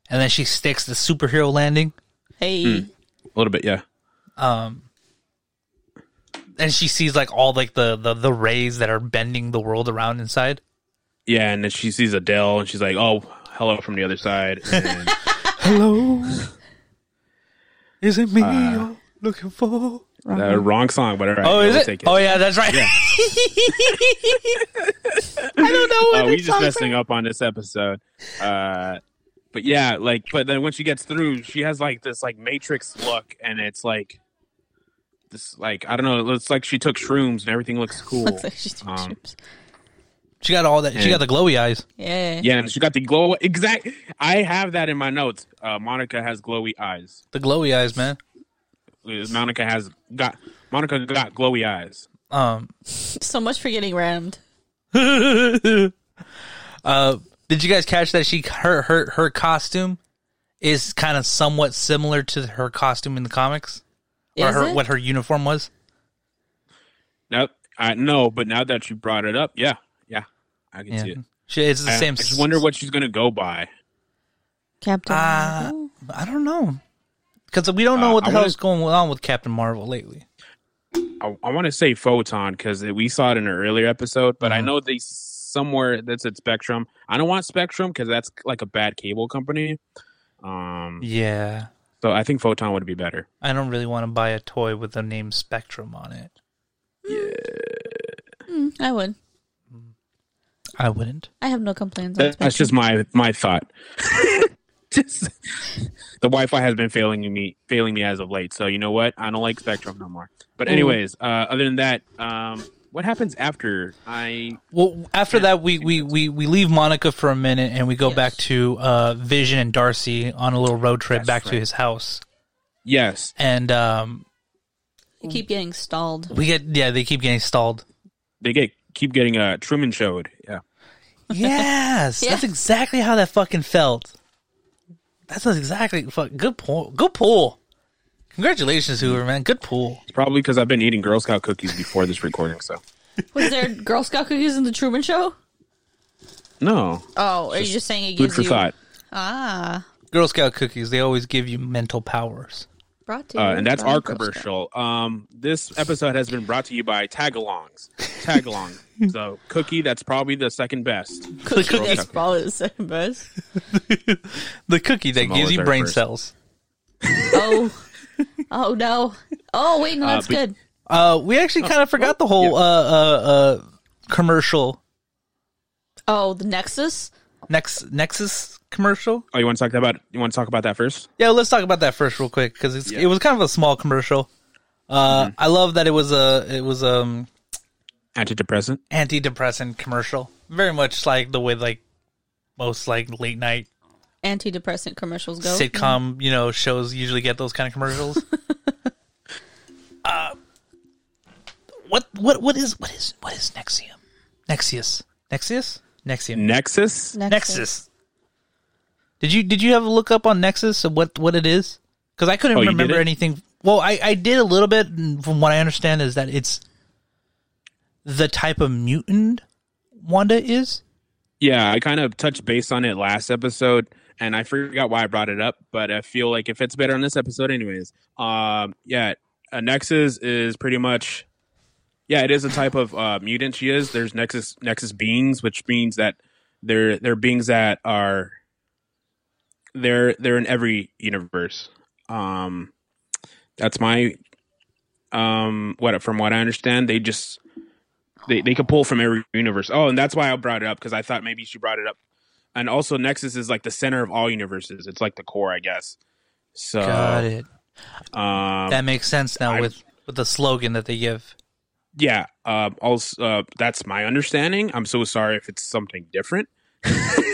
Speaker 1: and then she sticks the superhero landing, um,
Speaker 3: Hey.
Speaker 2: A little bit, yeah.
Speaker 1: and she sees like all like the the, the rays that are bending the world around inside.
Speaker 2: Yeah, and then she sees Adele, and she's like, "Oh, hello from the other side." And
Speaker 1: Hello, is it me you're looking for?
Speaker 2: uh, wrong song, but all right.
Speaker 1: Oh, is
Speaker 2: we'll
Speaker 1: it?
Speaker 2: Take it.
Speaker 1: Oh, yeah, that's right.
Speaker 2: Hmm.
Speaker 1: I don't
Speaker 3: Oh,
Speaker 1: know.
Speaker 2: Uh,
Speaker 1: What
Speaker 2: we
Speaker 1: it's
Speaker 2: just messing up on this episode. Uh, but yeah, like, but then when she gets through, she has like this like Matrix look, and it's like this like I don't know. It looks like she took shrooms, and everything looks cool.
Speaker 3: Looks like she's doing
Speaker 2: Um,
Speaker 3: chips.
Speaker 1: She got all that. She got
Speaker 2: Yeah.
Speaker 1: the glowy eyes.
Speaker 3: Yeah.
Speaker 2: yeah, and she got the glow. Exact. I have that in my notes. Uh, Monica has glowy eyes.
Speaker 1: The glowy eyes, man.
Speaker 2: Monica has got Monica got glowy eyes.
Speaker 1: Um,
Speaker 3: So much for getting rammed.
Speaker 1: uh, did you guys catch that? She her her her costume is kind of somewhat similar to her costume in the comics, or
Speaker 3: Is
Speaker 1: her
Speaker 3: it?
Speaker 1: what her uniform was.
Speaker 2: Now I know, but now that you brought it up, yeah, yeah, I can
Speaker 1: Yeah,
Speaker 2: see it.
Speaker 1: she, it's the
Speaker 2: I,
Speaker 1: same.
Speaker 2: I just wonder what she's gonna go by.
Speaker 3: Captain.
Speaker 1: Uh,
Speaker 3: Marvel?
Speaker 1: I don't know because we don't know
Speaker 2: Uh,
Speaker 1: what the
Speaker 2: I
Speaker 1: hell
Speaker 2: wanna-
Speaker 1: is going on with Captain Marvel lately.
Speaker 2: I, I want to say photon because we saw it in an earlier episode, but
Speaker 1: Mm-hmm.
Speaker 2: I know they somewhere that's at Spectrum. I don't want Spectrum because that's like a bad cable company. Um,
Speaker 1: Yeah,
Speaker 2: so I think photon would be better.
Speaker 1: I don't really want to buy a toy with the name Spectrum on it.
Speaker 3: Mm, I would.
Speaker 1: I wouldn't.
Speaker 3: I have no complaints. on
Speaker 2: That- that's just my my thought. just the Wi-Fi has been failing me, failing me as of late. So you know what? I don't like Spectrum no more. But
Speaker 1: Mm-hmm.
Speaker 2: anyways, uh, other than that, um, what happens after I?
Speaker 1: Well, after that, we, we, we, we leave Monica for a minute and we go
Speaker 3: Yes.
Speaker 1: back to uh, Vision and Darcy on a little road trip
Speaker 2: That's
Speaker 1: back to
Speaker 2: right.
Speaker 1: his house.
Speaker 2: Yes,
Speaker 1: And um,
Speaker 3: Spectrum. You keep getting stalled.
Speaker 1: we get, yeah, they keep getting stalled.
Speaker 2: they get keep getting uh, Truman showed. Yeah.
Speaker 1: Yes, that's
Speaker 3: Yeah.
Speaker 1: exactly how that fucking felt. That's exactly fuck, good pull. Good pull. Congratulations, Hoover, man. Good pull.
Speaker 2: Probably because I've been eating Girl Scout cookies before this recording, so
Speaker 3: Was there Girl Scout cookies in the Truman Show?
Speaker 2: no.
Speaker 3: Oh, are you just saying it
Speaker 2: Food
Speaker 3: gives
Speaker 2: for
Speaker 3: you
Speaker 2: thought,
Speaker 3: ah
Speaker 1: Girl Scout cookies, they always give you mental powers.
Speaker 3: brought to
Speaker 2: uh,
Speaker 3: you
Speaker 2: and that's
Speaker 3: by
Speaker 2: our
Speaker 3: Girl Scout.
Speaker 2: commercial. Um, this episode has been brought to you by Tagalongs. Tagalong, so cookie that's probably the second best.
Speaker 1: The cookie,
Speaker 3: That's probably the second best.
Speaker 1: the cookie that
Speaker 2: Samoa's
Speaker 1: gives you
Speaker 2: our
Speaker 1: brain
Speaker 2: first.
Speaker 1: cells.
Speaker 3: Oh, oh no. Oh wait, no,
Speaker 2: Uh,
Speaker 3: that's
Speaker 2: but-
Speaker 3: good.
Speaker 1: Uh, we actually kind of forgot the whole uh, uh, uh, commercial
Speaker 3: Oh, the Nexus.
Speaker 1: Nex Nexus commercial.
Speaker 2: Oh, you want to talk about you want to talk about that first?
Speaker 1: Yeah, let's talk about that first real quick because
Speaker 2: Yeah.
Speaker 1: it was kind of a small commercial. Uh, I love that it was a it was um
Speaker 2: Antidepressant.
Speaker 1: antidepressant commercial, very much like the way like most like late night
Speaker 3: Antidepressant commercials go.
Speaker 1: sitcom you know shows usually get those kind of commercials. uh, what what what is what is what is Nexium? Nexius, Nexius, Nexium,
Speaker 2: Nexus.
Speaker 1: Nexus. Did you did you have a look up on Nexus of what what it is? Because I couldn't
Speaker 2: Oh, you did
Speaker 1: remember
Speaker 2: it?
Speaker 1: anything. Well, I I did a little bit. And from what I understand, is that it's the type of mutant Wanda is.
Speaker 2: Yeah, I kind of touched base on it last episode, and I forgot why I brought it up, but I feel like it fits better on this episode, anyways. Um, yeah, a Nexus is pretty much, yeah, it is a type of uh, mutant. She is. There's Nexus Nexus beings, which means that they're they're beings that are they're they're in every universe. Um, that's my um what from what I understand, they just they they could pull from every universe. Oh, and that's why I brought it up because I thought maybe she brought it up. And also, Nexus is like the center of all universes. It's like the core, I guess. So,
Speaker 1: Got it.
Speaker 2: Uh, um,
Speaker 1: That makes sense now
Speaker 2: I-
Speaker 1: with with the slogan that they give.
Speaker 2: yeah. Um, also, uh, that's my understanding. I'm so sorry if it's something different.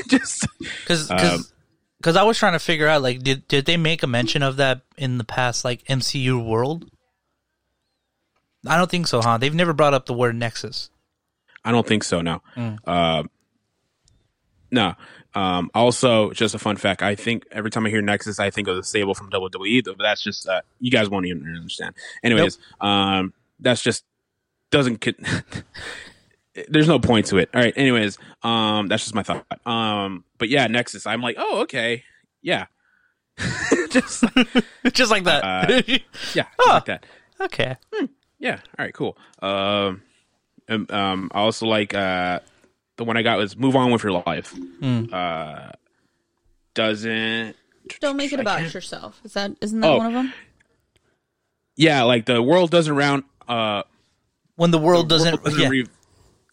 Speaker 2: Just
Speaker 1: Because
Speaker 2: Um,
Speaker 1: because I was trying to figure out like did did they make a mention of that in the past like MCU world? I don't think so, huh? They've never brought up the word Nexus.
Speaker 2: I don't think so. No. Um, no. Um, also, just a fun fact. I think every time I hear Nexus, I think of the Sable from WWE. But that's just uh, you guys won't even understand. Anyways, um, that's just doesn't. Con- There's no point to it. All right. Anyways, um, that's just my thought. Um, but yeah, Nexus. I'm like, oh, okay, yeah, just
Speaker 1: Just like that.
Speaker 2: yeah, just
Speaker 1: Huh.
Speaker 2: like that.
Speaker 1: okay.
Speaker 2: Yeah. All right. Cool. Um, um, um, I also like uh, the one I got was "Move On with Your Life." Uh, doesn't.
Speaker 3: Don't make it
Speaker 2: I
Speaker 3: about
Speaker 2: can't-
Speaker 3: yourself. Is that isn't that
Speaker 2: Oh.
Speaker 3: one of them?
Speaker 2: Yeah, like the world doesn't round. Uh,
Speaker 1: When the world doesn't,
Speaker 2: world
Speaker 1: yeah,
Speaker 2: re-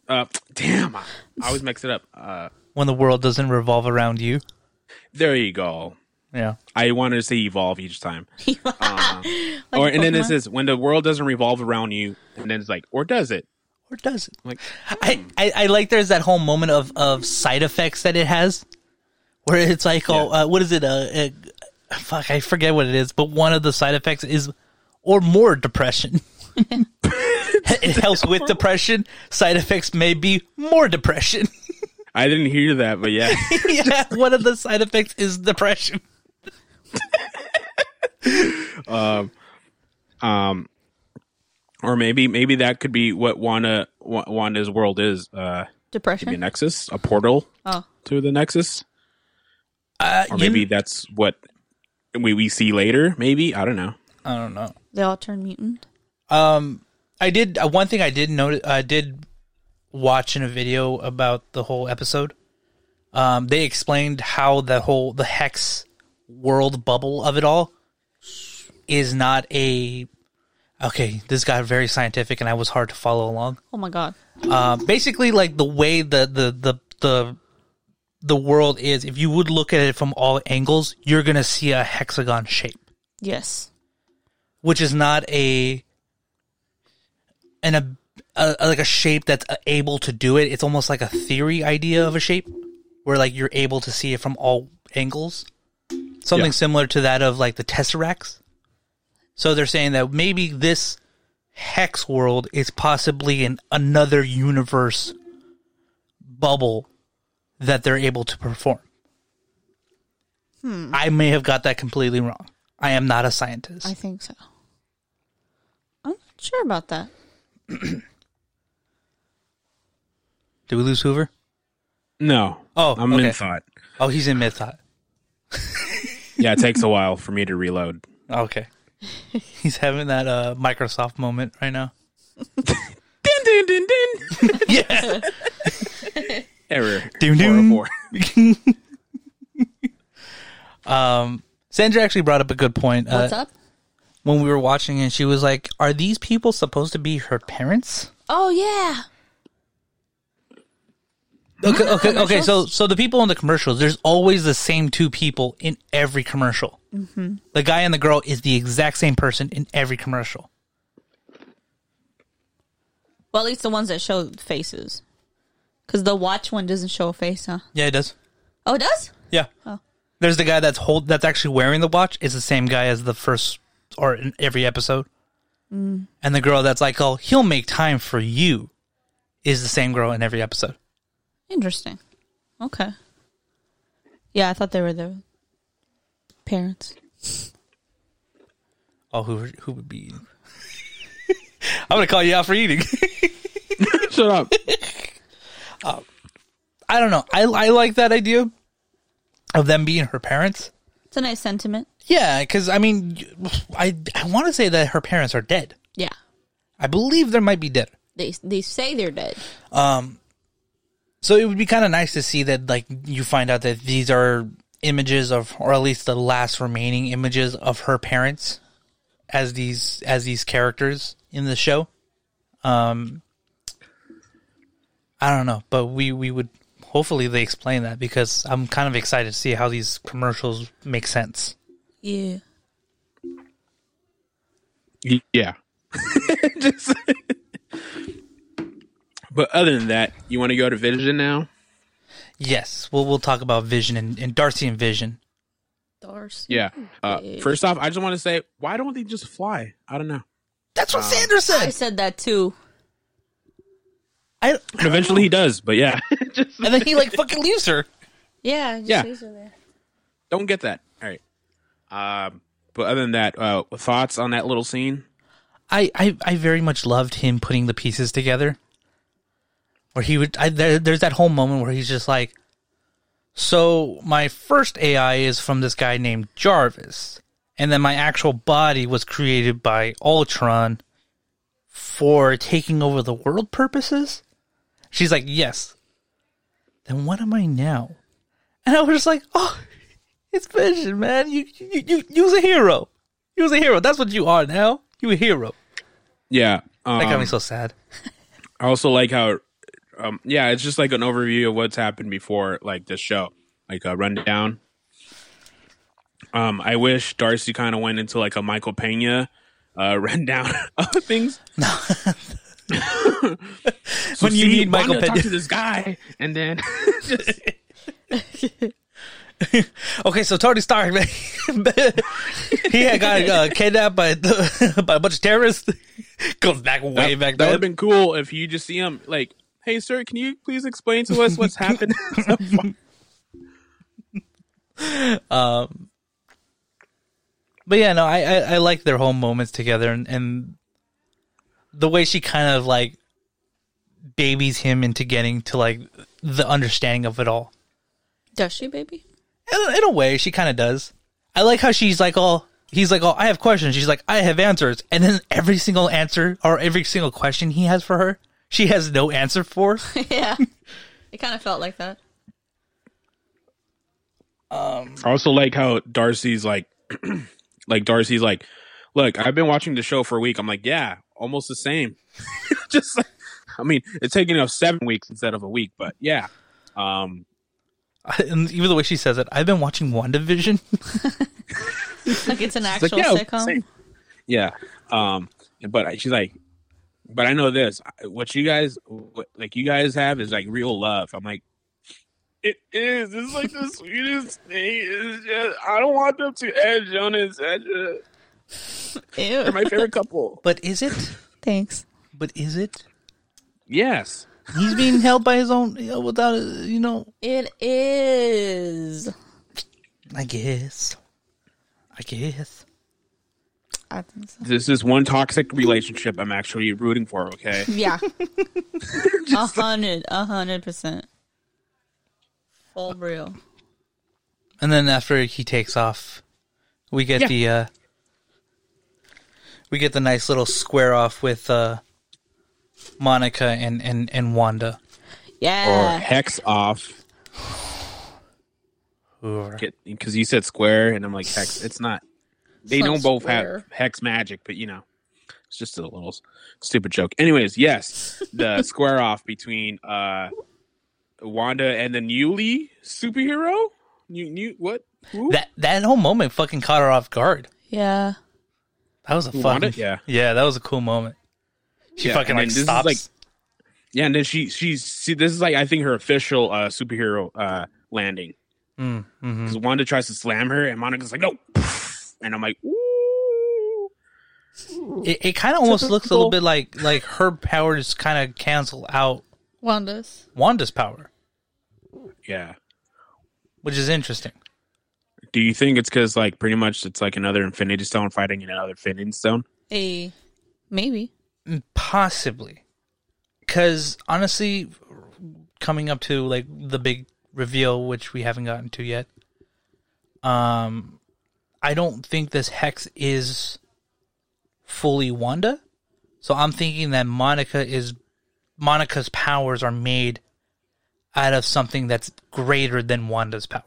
Speaker 2: uh, damn, I, I always mix it up. Uh,
Speaker 1: when the world doesn't revolve around you.
Speaker 2: there you go.
Speaker 1: Yeah.
Speaker 2: I wanted to say evolve each time. Uh, or and then it
Speaker 3: Pokemon.
Speaker 2: says when the world doesn't revolve around you, and then it's like, or does it?
Speaker 1: Or does it?
Speaker 2: Like, hmm.
Speaker 1: I, I, I like there's that whole moment of, of side effects that it has where it's like, oh, uh, what is it? Uh, uh, fuck, I forget what it is, but one of the side effects is or more depression. it helps with depression. Side effects may be more depression.
Speaker 2: I didn't hear that, but yeah.
Speaker 1: yeah, one of the side effects is depression.
Speaker 2: um or maybe maybe that could be what wanda Wa- wanda's world is uh could be a
Speaker 3: Depression.
Speaker 2: nexus a portal
Speaker 3: Oh,
Speaker 2: to the nexus
Speaker 1: Uh,
Speaker 2: or
Speaker 1: you-
Speaker 2: maybe that's what we, we see later maybe i don't know
Speaker 1: I don't know.
Speaker 3: they all turn mutant.
Speaker 1: Um, I did uh, one thing. I did notice. I did watch in a video about the whole episode. Um, they explained how the whole the hex world bubble of it all is not a. Okay, this got very scientific, and I was hard to follow along.
Speaker 3: Oh my god.
Speaker 1: Um, basically, like the way the the the the the world is, if you would look at it from all angles, you're gonna see a hexagon shape
Speaker 3: Yes.
Speaker 1: which is not a an a, a, like a shape that's able to do it. It's almost like a theory idea of a shape where like you're able to see it from all angles. Something
Speaker 2: Yeah.
Speaker 1: similar to that of like the tesseracts. So they're saying that maybe this hex world is possibly in another universe bubble that they're able to perform. I may have got that completely wrong. I am not a scientist.
Speaker 3: I think so. I'm not sure about that.
Speaker 1: Did we lose Hoover?
Speaker 2: no
Speaker 1: Oh,
Speaker 2: i'm
Speaker 1: okay.
Speaker 2: in thought
Speaker 1: Oh, he's in mid thought.
Speaker 2: yeah it takes a while for me to reload
Speaker 1: Oh, Okay. he's having that uh, Microsoft moment right now.
Speaker 2: din, din, din, din.
Speaker 1: Yeah.
Speaker 2: error
Speaker 1: Doom,
Speaker 2: Four oh
Speaker 1: doom.
Speaker 2: four.
Speaker 1: um, Sandra actually brought up a good point
Speaker 3: What's
Speaker 1: uh,
Speaker 3: up?
Speaker 1: when we were watching, and she was like, "Are these people supposed to be her parents?"
Speaker 3: Oh yeah.
Speaker 1: Okay, okay, okay. So, so the people in the commercials, there's always the same two people in every commercial.
Speaker 3: Mm-hmm.
Speaker 1: The guy and the girl is the exact same person in every commercial.
Speaker 3: Well, at least the ones that show faces. Because the watch one doesn't show a face, huh?
Speaker 1: Yeah, it does.
Speaker 3: Oh, it does?
Speaker 1: Yeah. There's the guy that's hold that's actually wearing the watch. It's the same guy as the first or in every episode. And the girl that's like, "Oh, he'll make time for you," is the same girl in every episode.
Speaker 3: Interesting. Okay. Yeah, I thought they were the parents.
Speaker 1: Oh, who who would be? eating? I'm gonna call you out for eating.
Speaker 2: Shut up.
Speaker 1: I don't know. I I like that idea of them being her parents.
Speaker 3: It's a nice sentiment.
Speaker 1: Yeah, because I mean, I I want to say that her parents are dead.
Speaker 3: Yeah.
Speaker 1: I believe they might be dead.
Speaker 3: They they say they're dead.
Speaker 1: So it would be kind of nice to see that, like, you find out that these are images of, or at least the last remaining images of her parents, as these as these characters in the show. Um, I don't know, but we we would hopefully they explain that because I'm kind of excited to see how these commercials make sense.
Speaker 3: Yeah.
Speaker 2: Y- Yeah. Just- but other than that, you want to go to Vision now?
Speaker 1: Yes, we'll we'll talk about Vision and, and Darcy and Vision.
Speaker 3: Darcy.
Speaker 2: Yeah. Uh, first off, I just want to say, why don't they just fly? I don't know.
Speaker 1: That's what Sandra
Speaker 3: I
Speaker 1: said.
Speaker 3: said that too.
Speaker 1: I,
Speaker 2: And eventually he does, but yeah. just
Speaker 1: and then he like fucking leaves her.
Speaker 3: Yeah. Just
Speaker 2: Yeah.
Speaker 3: leaves her there.
Speaker 2: don't get that. All right. Um, but other than that, uh, thoughts on that little scene?
Speaker 1: I, I, I very much loved him putting the pieces together. Where he would, I, there, there's that whole moment where he's just like, "So my first AI is from this guy named Jarvis, and then my actual body was created by Ultron for taking over the world purposes." She's like, "Yes." Then what am I now? And I was just like, "Oh, it's Vision, man. You you you you was a hero. You was a hero. That's what you are now. You a hero."
Speaker 2: Yeah. Um,
Speaker 1: That got me so sad.
Speaker 2: I also like how, um, yeah, it's just like an overview of what's happened before, like this show, like a rundown. Um, I wish Darcy kind of went into like a Michael Pena uh, rundown of things. so
Speaker 1: When you need Michael
Speaker 2: Wanda
Speaker 1: Pena-
Speaker 2: talked to this guy, and then just,
Speaker 1: Okay, so Tony Stark, man, he had got uh, kidnapped by the, by a bunch of terrorists. Goes back way
Speaker 2: that,
Speaker 1: back
Speaker 2: would
Speaker 1: then.
Speaker 2: have been cool if you just see him like, "Hey, sir, can you please explain to us what's happened?"
Speaker 1: But yeah, no, I I, I like their whole moments together and, and the way she kind of like babies him into getting to like the understanding of it all.
Speaker 3: Does she, baby?
Speaker 1: In, in a way, she kind of does. I like how she's like, "Oh, he's like, oh, I have questions." She's like, "I have answers," and then every single answer or every single question he has for her, she has no answer for.
Speaker 3: yeah. It kind of felt like that.
Speaker 2: I also like how Darcy's like, like Darcy's like, look, I've been watching the show for a week. I'm like, yeah, almost the same. Just, like, I mean, it's taking us seven weeks instead of a week, but yeah. Um,
Speaker 1: and even the way she says it, I've been watching WandaVision.
Speaker 3: Like it's an
Speaker 2: it's
Speaker 3: actual
Speaker 2: like, yeah,
Speaker 3: sitcom.
Speaker 2: same. yeah. Um, but I- she's like, but I know this. What you guys, what, like you guys have is like real love. I'm like, it is. It's like the sweetest thing. It's just, I don't want them to edge on it. They're
Speaker 3: Ew.
Speaker 2: my favorite couple.
Speaker 1: But is it?
Speaker 3: Thanks.
Speaker 1: But is it?
Speaker 2: Yes.
Speaker 1: He's being held by his own you know, without you know.
Speaker 3: It is.
Speaker 1: I guess. I guess.
Speaker 3: I think so.
Speaker 2: This is one toxic relationship I'm actually rooting for, okay?
Speaker 3: Yeah. a hundred, a hundred percent. Full real.
Speaker 1: And then after he takes off, we get
Speaker 2: Yeah.
Speaker 1: the uh we get the nice little square off with uh Monica and and and Wanda.
Speaker 2: Or
Speaker 3: Yeah.
Speaker 2: hex off. Because you said square, and I'm like, hex. It's not. They
Speaker 3: It's not
Speaker 2: don't both
Speaker 3: square.
Speaker 2: have hex magic, but you know, it's just a little s- stupid joke. Anyways, yes, the square off between uh, Wanda and the newly superhero. New, new what? Who?
Speaker 1: That that whole moment fucking caught her off guard.
Speaker 3: Yeah.
Speaker 1: That was a
Speaker 2: Wanda?
Speaker 1: fucking
Speaker 2: Yeah.
Speaker 1: that was a cool moment. She
Speaker 2: Yeah,
Speaker 1: fucking
Speaker 2: and then
Speaker 1: like
Speaker 2: this is
Speaker 1: stops.
Speaker 2: like- Yeah, and then she she's see this is like I think her official uh superhero uh landing
Speaker 1: Mm, mhm.
Speaker 2: because Wanda tries to slam her and Monica's like no, and I'm like ooh.
Speaker 1: It, it kind of almost looks a little
Speaker 2: Typical.
Speaker 1: bit like like her power just kind of cancel out
Speaker 3: Wanda's.
Speaker 1: Wanda's power,
Speaker 2: yeah.
Speaker 1: which is interesting.
Speaker 2: Do you think it's because like pretty much it's like another Infinity Stone fighting another Infinity Stone?
Speaker 3: A maybe.
Speaker 1: Possibly, because honestly, coming up to like the big reveal, which we haven't gotten to yet. Um, I don't think this hex is fully Wanda, so I'm thinking that Monica is Monica's powers are made out of something that's greater than Wanda's power.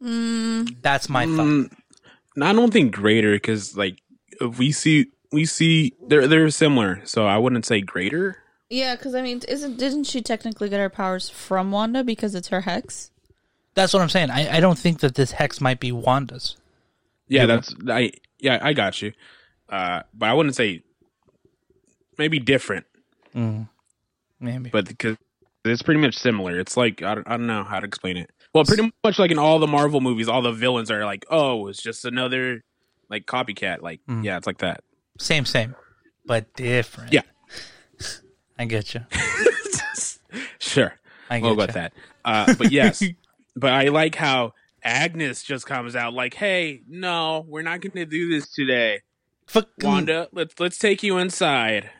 Speaker 1: That's my thought.
Speaker 2: No, I don't think greater because like we see we see they're they're similar, so I wouldn't say greater.
Speaker 3: Yeah, because I mean, isn't didn't she technically get her powers from Wanda because it's her hex?
Speaker 1: That's what I'm saying. I, I don't think that this hex might be Wanda's.
Speaker 2: Yeah, that's I. Yeah, I got you. Uh, but I wouldn't say maybe different,
Speaker 1: Maybe.
Speaker 2: but because it's pretty much similar. It's like I don't, I don't know how to explain it. Well, pretty much like in all the Marvel movies, all the villains are like, oh, it's just another like copycat. Like, yeah, it's like that.
Speaker 1: Same, same, but different.
Speaker 2: Yeah.
Speaker 1: I get you.
Speaker 2: Sure,
Speaker 1: I get
Speaker 2: we'll go
Speaker 1: you.
Speaker 2: with that. Uh, but yes, but I like how Agnes just comes out like, hey, no, we're not going to do this today,
Speaker 1: Fucking
Speaker 2: Wanda. Let's let's take you inside.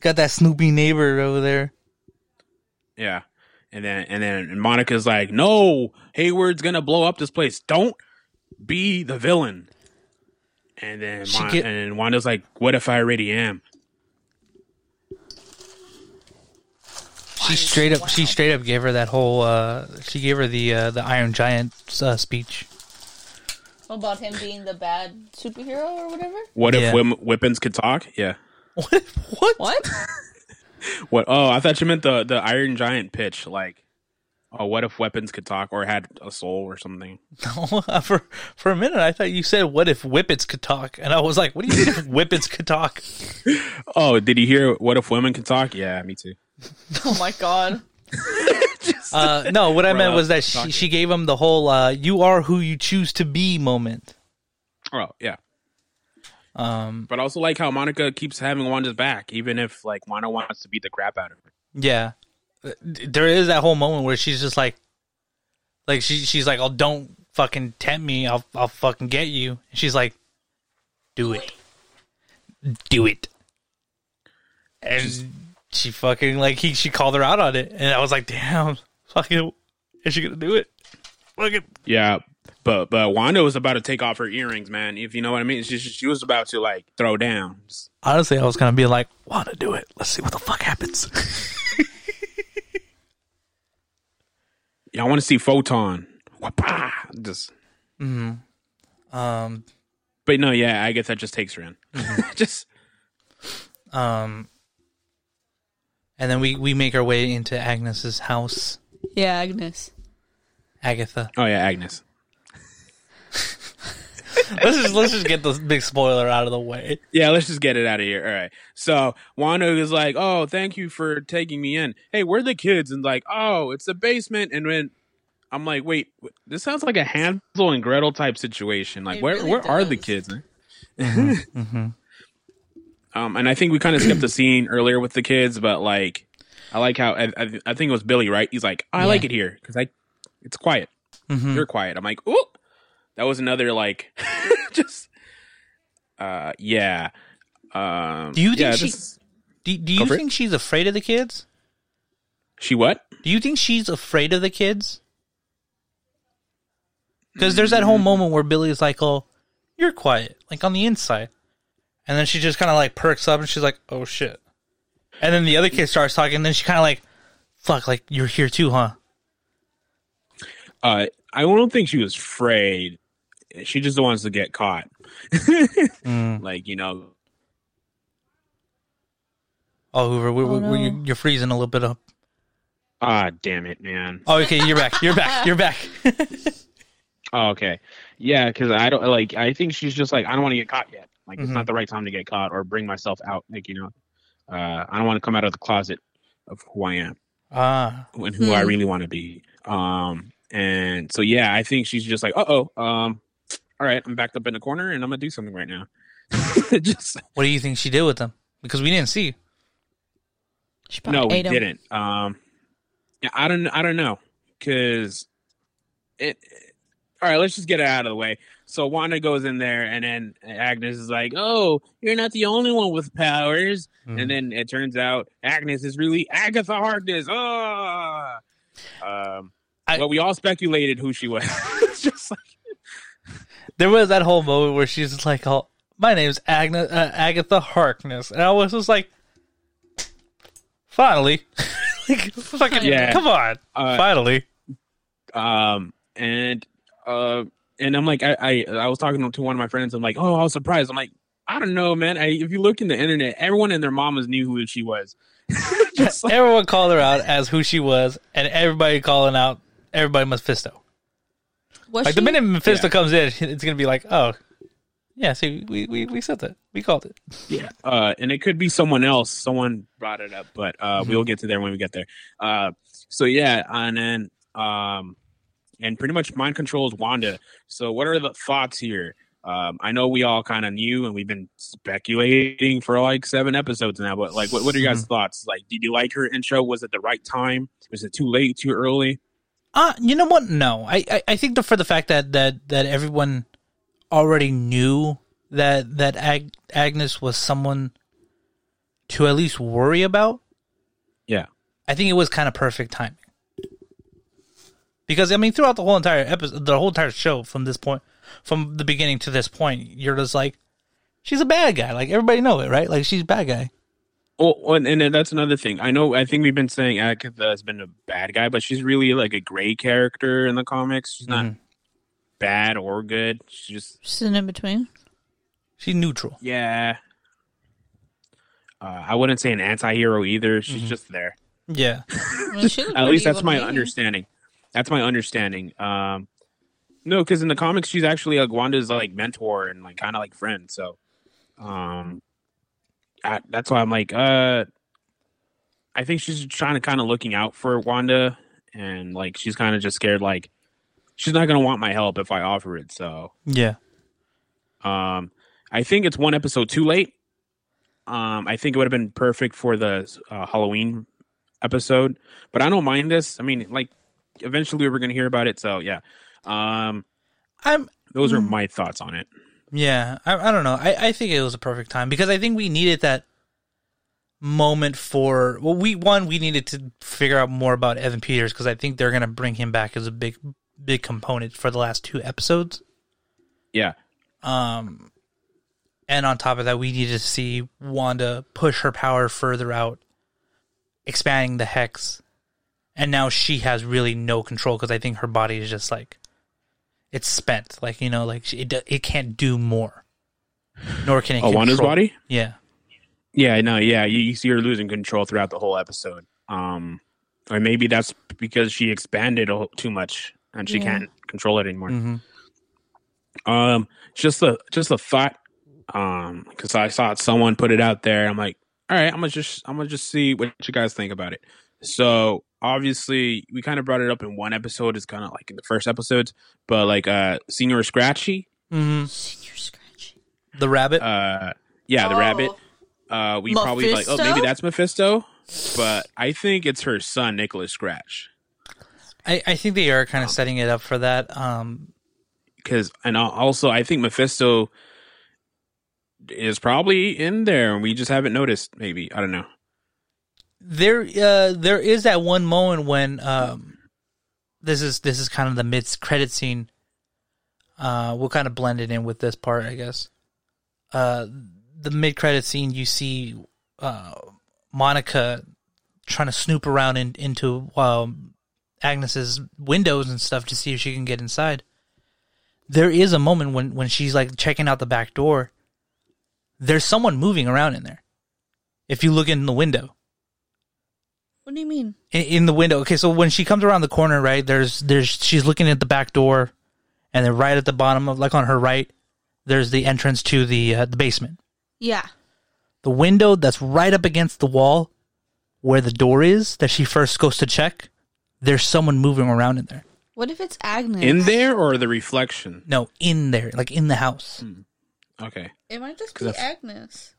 Speaker 1: got that Snoopy neighbor over there.
Speaker 2: Yeah. And then and then Monica's like, "No, Hayward's gonna blow up this place. Don't be the villain." And then
Speaker 1: She
Speaker 2: Mon-
Speaker 1: get-
Speaker 2: and Wanda's like, "What if I already am?"
Speaker 1: She straight up, she straight up gave her that whole. Uh, she gave her the uh, the Iron Giant uh, speech.
Speaker 3: About him being the bad superhero or whatever.
Speaker 2: What
Speaker 1: Yeah.
Speaker 2: if whim- weapons could talk? Yeah.
Speaker 1: What? What?
Speaker 3: What?
Speaker 2: What? Oh, I thought you meant the the Iron Giant pitch. Like, oh, what if weapons could talk or had a soul or something?
Speaker 1: No, uh, for for a minute, I thought you said, "What if whippets could talk?" And I was like, "What do you mean if whippets could talk?"
Speaker 2: Oh, did you hear? What if women could talk? Yeah, me too.
Speaker 3: oh my god.
Speaker 1: Uh, no, what I
Speaker 2: Bro,
Speaker 1: meant was that
Speaker 2: talking.
Speaker 1: she, she gave him the whole uh, "You are who you choose to be" moment.
Speaker 2: Oh, yeah.
Speaker 1: Um,
Speaker 2: But I also like how Monica keeps having Wanda's back, even if like Wanda wants to beat the crap out of her.
Speaker 1: Yeah, Uh, there is that whole moment where she's just like, like she she's like, "Oh, don't fucking tempt me. I'll I'll fucking get you." And she's like, "Do it, do it," and she fucking like he she called her out on it, and I was like, "Damn, fucking, is she gonna do it?" Fucking
Speaker 2: Yeah, but but Wanda was about to take off her earrings, man. If you know what I mean, she she she was about to like throw down.
Speaker 1: honestly, I was gonna be like, "Want to do it? Let's see what the fuck happens."
Speaker 2: Yeah, I want to see Photon. Wah-pah! Just
Speaker 1: um,
Speaker 2: but no, yeah, I guess that just takes her in. just
Speaker 1: um, and then we we make our way into Agnes's house,
Speaker 3: Yeah, Agnes.
Speaker 1: Agatha.
Speaker 2: oh yeah, Agnes.
Speaker 1: let's just let's just get this big spoiler out of the way.
Speaker 2: Yeah, let's just get it out of here. All right. So Wanda is like, "Oh, thank you for taking me in. Hey, where are the kids?" And like, "Oh, it's the basement." And when I'm like, "Wait, wh- this sounds like a Hansel and Gretel type situation. Like,
Speaker 3: It
Speaker 2: where
Speaker 3: really
Speaker 2: where are the
Speaker 3: does.
Speaker 2: kids?" um, and I think we kind of skipped the scene earlier with the kids, but like, I like how I, I, I think it was Billy, right? He's like, "I like it here because I, it's quiet.
Speaker 1: Hmm.
Speaker 2: You're quiet." I'm like, "Ooh." that was another like just uh yeah um
Speaker 1: Do you think
Speaker 2: yeah,
Speaker 1: she-
Speaker 2: this-
Speaker 1: Do, do
Speaker 2: Go
Speaker 1: you
Speaker 2: for it.
Speaker 1: think she's afraid of the kids?
Speaker 2: she what
Speaker 1: Do you think she's afraid of the kids? Because there's that whole moment where Billy's like, "Oh, you're quiet," like on the inside, and then she just kind of like perks up and she's like, "Oh shit," and then the other kid starts talking, and then she kind of like, "Fuck, like you're here too, huh?"
Speaker 2: uh i don't think she was afraid she just wants to get caught
Speaker 1: Hmm.
Speaker 2: like you know
Speaker 1: Oh, Hoover, we,
Speaker 3: Oh,
Speaker 1: we, we-
Speaker 3: no.
Speaker 1: Oh, you're freezing a little bit up.
Speaker 2: Ah, damn it, man.
Speaker 1: Oh, okay, you're back. You're back. You're back.
Speaker 2: Oh, okay. Yeah, because I don't like. I think she's just like I don't want to get caught yet. Like it's
Speaker 1: Mhm.
Speaker 2: not the right time to get caught or bring myself out. Like you know, uh, I don't want to come out of the closet of who I am
Speaker 1: Ah,
Speaker 2: and who I
Speaker 3: Hmm.
Speaker 2: really want to be. Um, and so yeah, I think she's just like, uh oh, um, all right, I'm backed up in the corner and I'm gonna do something right now. just
Speaker 1: what do you think she did with them? Because we didn't see.
Speaker 3: She probably
Speaker 2: no, we
Speaker 3: ate 'em.
Speaker 2: didn't. Um, yeah, I don't, I don't know, because it. All right, let's just get it out of the way. So Wanda goes in there, and then Agnes is like, "Oh, you're not the only one with powers." And then it turns out Agnes is really Agatha Harkness. Ah, um,
Speaker 1: I-
Speaker 2: well, we all speculated who she was. It's just like,
Speaker 1: there was that whole moment where she's just like, "Oh, my name's Agnes, uh, Agatha Harkness," and I was just like, "Finally, like, fucking,
Speaker 2: Yeah.
Speaker 1: come on,
Speaker 2: uh,
Speaker 1: finally."
Speaker 2: um and uh and i'm like I, I i was talking to one of my friends i'm like oh i was surprised i'm like i don't know man I, if you look in the internet everyone and their mamas knew who she was Just like-
Speaker 1: Everyone called her out as who she was, and everybody calling out everybody Mephisto.
Speaker 3: Was
Speaker 1: Like the
Speaker 3: she-
Speaker 1: minute Mephisto
Speaker 2: Yeah.
Speaker 1: comes in, it's gonna be like, "Oh, yeah, see, we we we said that, we called it."
Speaker 2: uh and it could be someone else someone brought it up but uh we'll get to there when we get there uh so yeah and then um and pretty much mind controls wanda so what are the thoughts here um i know we all kind of knew and we've been speculating for like seven episodes now but like what, what are you guys thoughts like did you like her intro was it the right time was it too late too early
Speaker 1: Uh, you know what? No, I, I, I think the, for the fact that, that, that everyone already knew that that Ag- Agnes was someone to at least worry about.
Speaker 2: Yeah.
Speaker 1: I think it was kind of perfect timing because I mean, throughout the whole entire episode, the whole entire show from this point, from the beginning to this point, you're just like, she's a bad guy. Like everybody know it, right? Like she's a bad guy.
Speaker 2: Well, and, and that's another thing. I know. I think we've been saying Agatha has been a bad guy, but she's really like a gray character in the comics.
Speaker 1: Mm-hmm.
Speaker 2: She's not bad or good. She's just
Speaker 3: She's an in between.
Speaker 1: She's neutral.
Speaker 2: yeah. Uh, I wouldn't say an anti-hero either. She's just there.
Speaker 1: Yeah.
Speaker 3: I mean, she looked
Speaker 2: At least
Speaker 3: pretty
Speaker 2: that's
Speaker 3: to
Speaker 2: my
Speaker 3: me.
Speaker 2: understanding. That's my understanding. Um, no, because in the comics, she's actually like Wanda's like mentor and like kind of like friend. So, um, I, that's why I'm like, uh, I think she's trying to kind of looking out for Wanda, and like she's kind of just scared. Like, she's not gonna want my help if I offer it. So,
Speaker 1: Yeah.
Speaker 2: um, I think it's one episode too late. Um, I think it would have been perfect for the uh, Halloween episode, but I don't mind this. I mean, like, eventually we're gonna hear about it, so yeah. Um,
Speaker 1: I'm
Speaker 2: those are my thoughts on it.
Speaker 1: Yeah, I, I don't know. I, I think it was a perfect time because I think we needed that moment for well, we one we needed to figure out more about Evan Peters because I think they're gonna bring him back as a big big component for the last two episodes.
Speaker 2: Yeah,
Speaker 1: Um, and on top of that, we needed to see Wanda push her power further out, expanding the hex, and now she has really no control because I think her body is just like it's spent. Like you know, like she, it do- it can't do more, nor can it.
Speaker 2: oh, Wanda's
Speaker 1: control-
Speaker 2: body.
Speaker 1: Yeah,
Speaker 2: Yeah, no, yeah, you, you see her losing control throughout the whole episode. Um, or maybe that's because she expanded a- too much and she
Speaker 3: Yeah.
Speaker 2: can't control it anymore.
Speaker 1: Mhm.
Speaker 2: Um, just a just a thought. Um, because I saw someone put it out there. I'm like, all right, I'm gonna just I'm gonna just see what you guys think about it. So obviously, we kind of brought it up in one episode. It's kind of like in the first episodes, but like uh, Senior Scratchy,
Speaker 1: Mhm.
Speaker 3: Senior Scratchy.
Speaker 1: the rabbit.
Speaker 2: uh, yeah, the rabbit. Uh, we probably like, oh, maybe
Speaker 3: Mephisto?
Speaker 2: that's Mephisto, but I think it's her son, Nicholas Scratch.
Speaker 1: I I think they are kind of setting it up for that. Um,
Speaker 2: because and al- also I think Mephisto is probably in there and we just haven't noticed maybe I don't know
Speaker 1: there uh there is that one moment when um this is this is kind of the mid credit scene uh we'll kind of blend it in with this part i guess uh the mid credit scene you see uh monica trying to snoop around in, into um agnes's windows and stuff to see if she can get inside there is a moment when when she's like checking out the back door there's someone moving around in there if you look in the window
Speaker 3: What do you mean?
Speaker 1: in, in the window. Okay, so when she comes around the corner, right? There's there's she's looking at the back door, and then right at the bottom of like on her right, there's the entrance to the uh, the basement.
Speaker 3: Yeah.
Speaker 1: The window that's right up against the wall, where the door is that she first goes to check. There's someone moving around in there.
Speaker 3: What if it's Agnes?
Speaker 2: in there or the reflection?
Speaker 1: No, in there, like in the house.
Speaker 2: Okay.
Speaker 3: It might just
Speaker 2: 'Cause
Speaker 3: be
Speaker 2: be if-
Speaker 3: Agnes.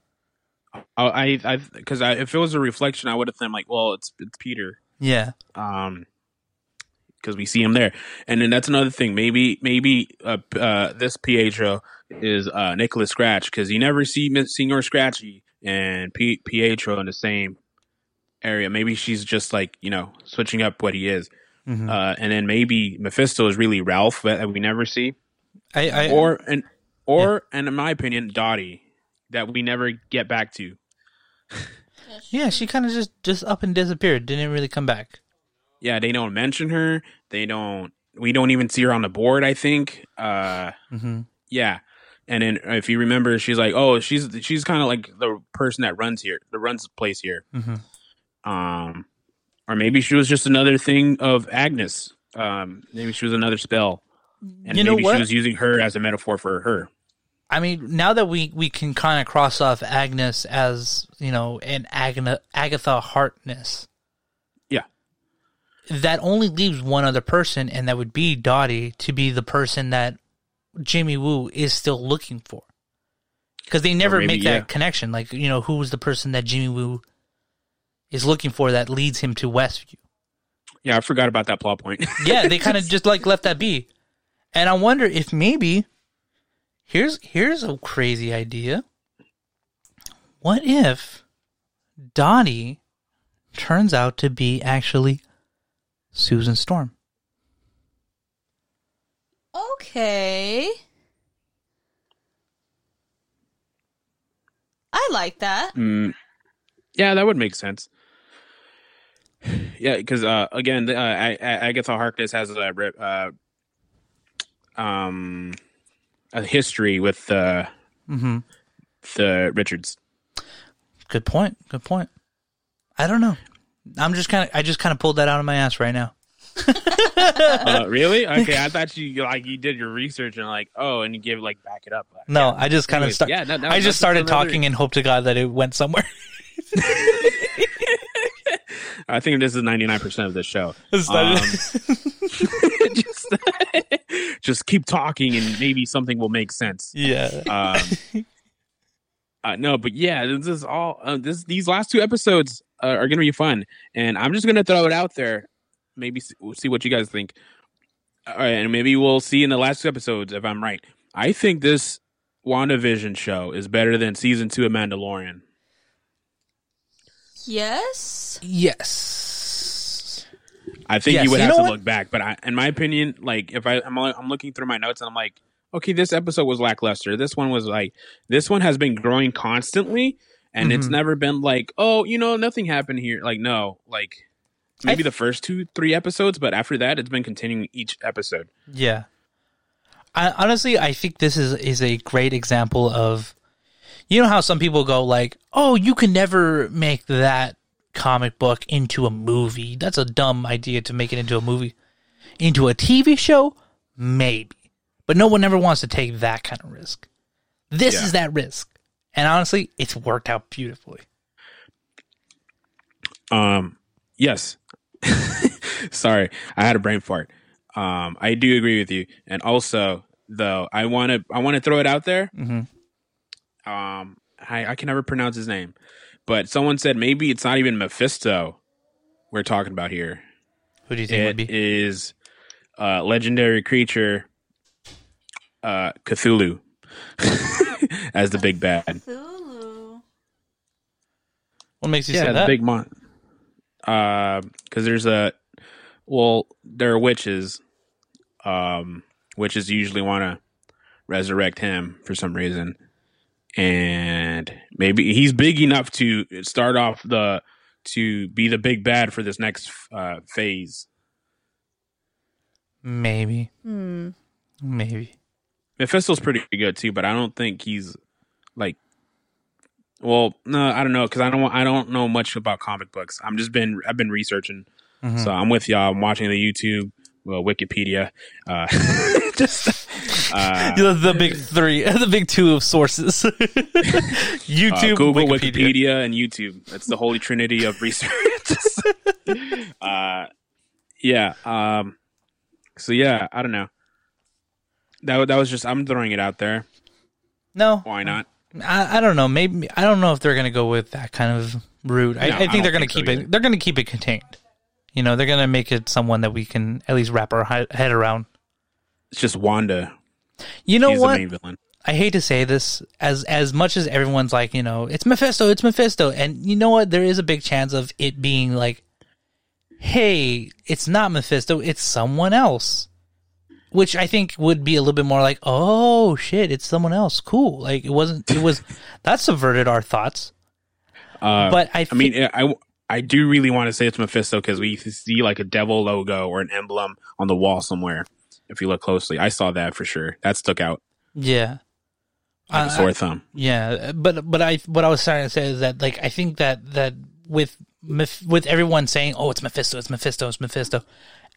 Speaker 2: Oh, I I because I, if it was a reflection, I would have been like, well, it's it's Peter.
Speaker 1: Yeah,
Speaker 2: um because we see him there and then that's another thing maybe maybe uh, uh this pietro is uh nicholas scratch because you never see Miss senor scratchy and P- pietro in the same area maybe she's just like you know switching up what he is
Speaker 1: Mhm.
Speaker 2: uh and then maybe mephisto is really ralph that that we never see
Speaker 1: I, I
Speaker 2: or and or and in my opinion dottie that we never get back to
Speaker 1: yeah, she kind of just just up and disappeared. Didn't really come back.
Speaker 2: yeah they don't mention her they don't we don't even see her on the board i think uh
Speaker 1: hmm
Speaker 2: Yeah. And then if you remember, she's like, oh, she's she's kind of like the person that runs here, that runs the place here.
Speaker 1: Mhm.
Speaker 2: Um, or maybe she was just another thing of Agnes. Um, maybe she was another spell, and
Speaker 1: You know
Speaker 2: maybe
Speaker 1: what?
Speaker 2: she was using her as a metaphor for her.
Speaker 1: I mean, now that we, we can kind of cross off Agnes as you know an Agna, Agatha Harkness,
Speaker 2: Yeah.
Speaker 1: that only leaves one other person, and that would be Dottie to be the person that Jimmy Woo is still looking for, because they never
Speaker 2: maybe,
Speaker 1: make that
Speaker 2: yeah.
Speaker 1: connection. Like you know, who was the person that Jimmy Woo is looking for that leads him to Westview?
Speaker 2: Yeah, I forgot about that plot point.
Speaker 1: yeah, they kind of just like left that be. And I wonder if maybe here's here's a crazy idea. What if Dottie turns out to be actually Susan Storm?
Speaker 3: Okay. I like that.
Speaker 2: Mm. yeah, that would make sense. Yeah, because uh, again, uh, A- A- Agatha Harkness has a re- uh, um a history with uh,
Speaker 1: Mm-hmm.
Speaker 2: the Richards.
Speaker 1: Good point. Good point. I don't know. I'm just kind of I just kind of pulled that out of my ass right now.
Speaker 2: Uh, really? Okay, I thought you like you did your research and like oh, and you give like back it up.
Speaker 1: No, I just kind of
Speaker 2: Anyways,
Speaker 1: start.
Speaker 2: yeah, that- that-
Speaker 1: I just
Speaker 2: that's
Speaker 1: started
Speaker 2: another-
Speaker 1: talking and hope to God that it went somewhere.
Speaker 2: I think this is ninety nine percent of this show.
Speaker 1: It's
Speaker 2: Um,
Speaker 1: not-
Speaker 2: just, just keep talking and maybe something will make sense.
Speaker 1: yeah.
Speaker 2: um, uh, no, but yeah, this is all. Uh, this these last two episodes uh, are going to be fun, and I'm just going to throw it out there. Maybe see, we'll see what you guys think, all right, and maybe we'll see in the last two episodes if I'm right. I think this WandaVision show is better than season two of Mandalorian.
Speaker 3: Yes.
Speaker 1: Yes.
Speaker 2: I think
Speaker 1: Yes,
Speaker 2: you would
Speaker 1: you
Speaker 2: have
Speaker 1: know
Speaker 2: to
Speaker 1: what?
Speaker 2: look back, but I, in my opinion, like if I I'm, I'm looking through my notes and I'm like, okay, this episode was lackluster. This one was like, this one has been growing constantly, and it's
Speaker 1: Mhm.
Speaker 2: never been like, oh, you know, nothing happened here. Like no, like maybe the first two three episodes, but after that, it's been continuing each episode.
Speaker 1: Yeah. I honestly I think this is is a great example of you know how some people go like, "Oh, you can never make that comic book into a movie. That's a dumb idea to make it into a movie. Into a TV show? Maybe. But no one ever wants to take that kind of risk. This
Speaker 2: Yeah.
Speaker 1: is that risk. And honestly, it's worked out beautifully.
Speaker 2: Um, yes. Sorry, I had a brain fart. Um, I do agree with you, and also though, I want to I want to throw it out there.
Speaker 1: Mhm.
Speaker 2: Um, I I can never pronounce his name, but someone said maybe it's not even Mephisto we're talking about here.
Speaker 1: Who do you think would
Speaker 2: It
Speaker 1: be?
Speaker 2: is a legendary creature, uh, Cthulhu, as the big bad.
Speaker 3: Hulu.
Speaker 1: what makes you
Speaker 2: yeah,
Speaker 1: say
Speaker 2: the
Speaker 1: that?
Speaker 2: big mon. Because there's a well, there are witches. Um, witches usually want to resurrect him for some reason, and maybe he's big enough to start off the to be the big bad for this next uh, phase.
Speaker 1: Maybe.
Speaker 3: Hmm.
Speaker 1: Maybe.
Speaker 2: Mephisto's pretty good too, but I don't think he's like Well, no, I don't know because I don't I don't know much about comic books. I'm just been I've been researching,
Speaker 1: Mhm.
Speaker 2: so I'm with y'all. I'm watching the YouTube, well, Wikipedia, uh, just uh,
Speaker 1: the, the big three, the big two of sources:
Speaker 2: uh,
Speaker 1: YouTube,
Speaker 2: Google, Wikipedia.
Speaker 1: Wikipedia.
Speaker 2: and YouTube. That's the holy trinity of research. uh, yeah. Um, so yeah, I don't know. That wa- that was just I'm throwing it out there.
Speaker 1: No,
Speaker 2: Why not?
Speaker 1: I, I don't know. Maybe I don't know if they're going to go with that kind of route. I, I
Speaker 2: No, I
Speaker 1: think
Speaker 2: don't
Speaker 1: they're going
Speaker 2: think
Speaker 1: to
Speaker 2: so
Speaker 1: keep
Speaker 2: either.
Speaker 1: it. They're going to keep it contained. You know, they're going to make it someone that we can at least wrap our he- head around.
Speaker 2: It's just Wanda.
Speaker 1: You know
Speaker 2: She's the
Speaker 1: what?
Speaker 2: main villain.
Speaker 1: I hate to say this as as much as everyone's like, you know, it's Mephisto, it's Mephisto, and you know what? There is a big chance of it being like, hey, it's not Mephisto, it's someone else, which I think would be a little bit more like, oh shit, it's someone else, cool. Like it wasn't, it was that subverted our thoughts.
Speaker 2: Uh,
Speaker 1: But I,
Speaker 2: I mean, I, I do really want to say it's Mephisto because we see like a devil logo or an emblem on the wall somewhere. If you look closely, I saw that for sure. That stuck out
Speaker 1: yeah, I-
Speaker 2: like a sore thumb.
Speaker 1: Yeah, uh, but but I what I was trying to say is that like I think that that with Meph- with everyone saying oh it's Mephisto it's Mephisto it's Mephisto,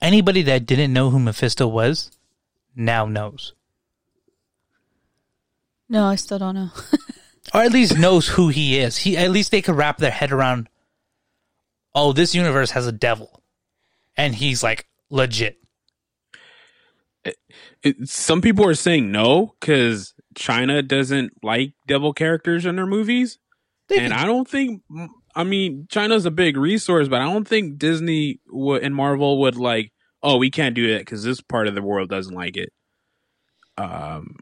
Speaker 1: anybody that didn't know who Mephisto was now knows
Speaker 3: No, I still don't know.
Speaker 1: or at least knows who he is. He at least they could wrap their head around. Oh, this universe has a devil, and he's like legit.
Speaker 2: It, some people are saying no because China doesn't like devil characters in their movies,
Speaker 1: They-
Speaker 2: and I don't think. I mean, China's a big resource, but I don't think Disney would, and Marvel would like. Oh, we can't do that because this part of the world doesn't like it. Um,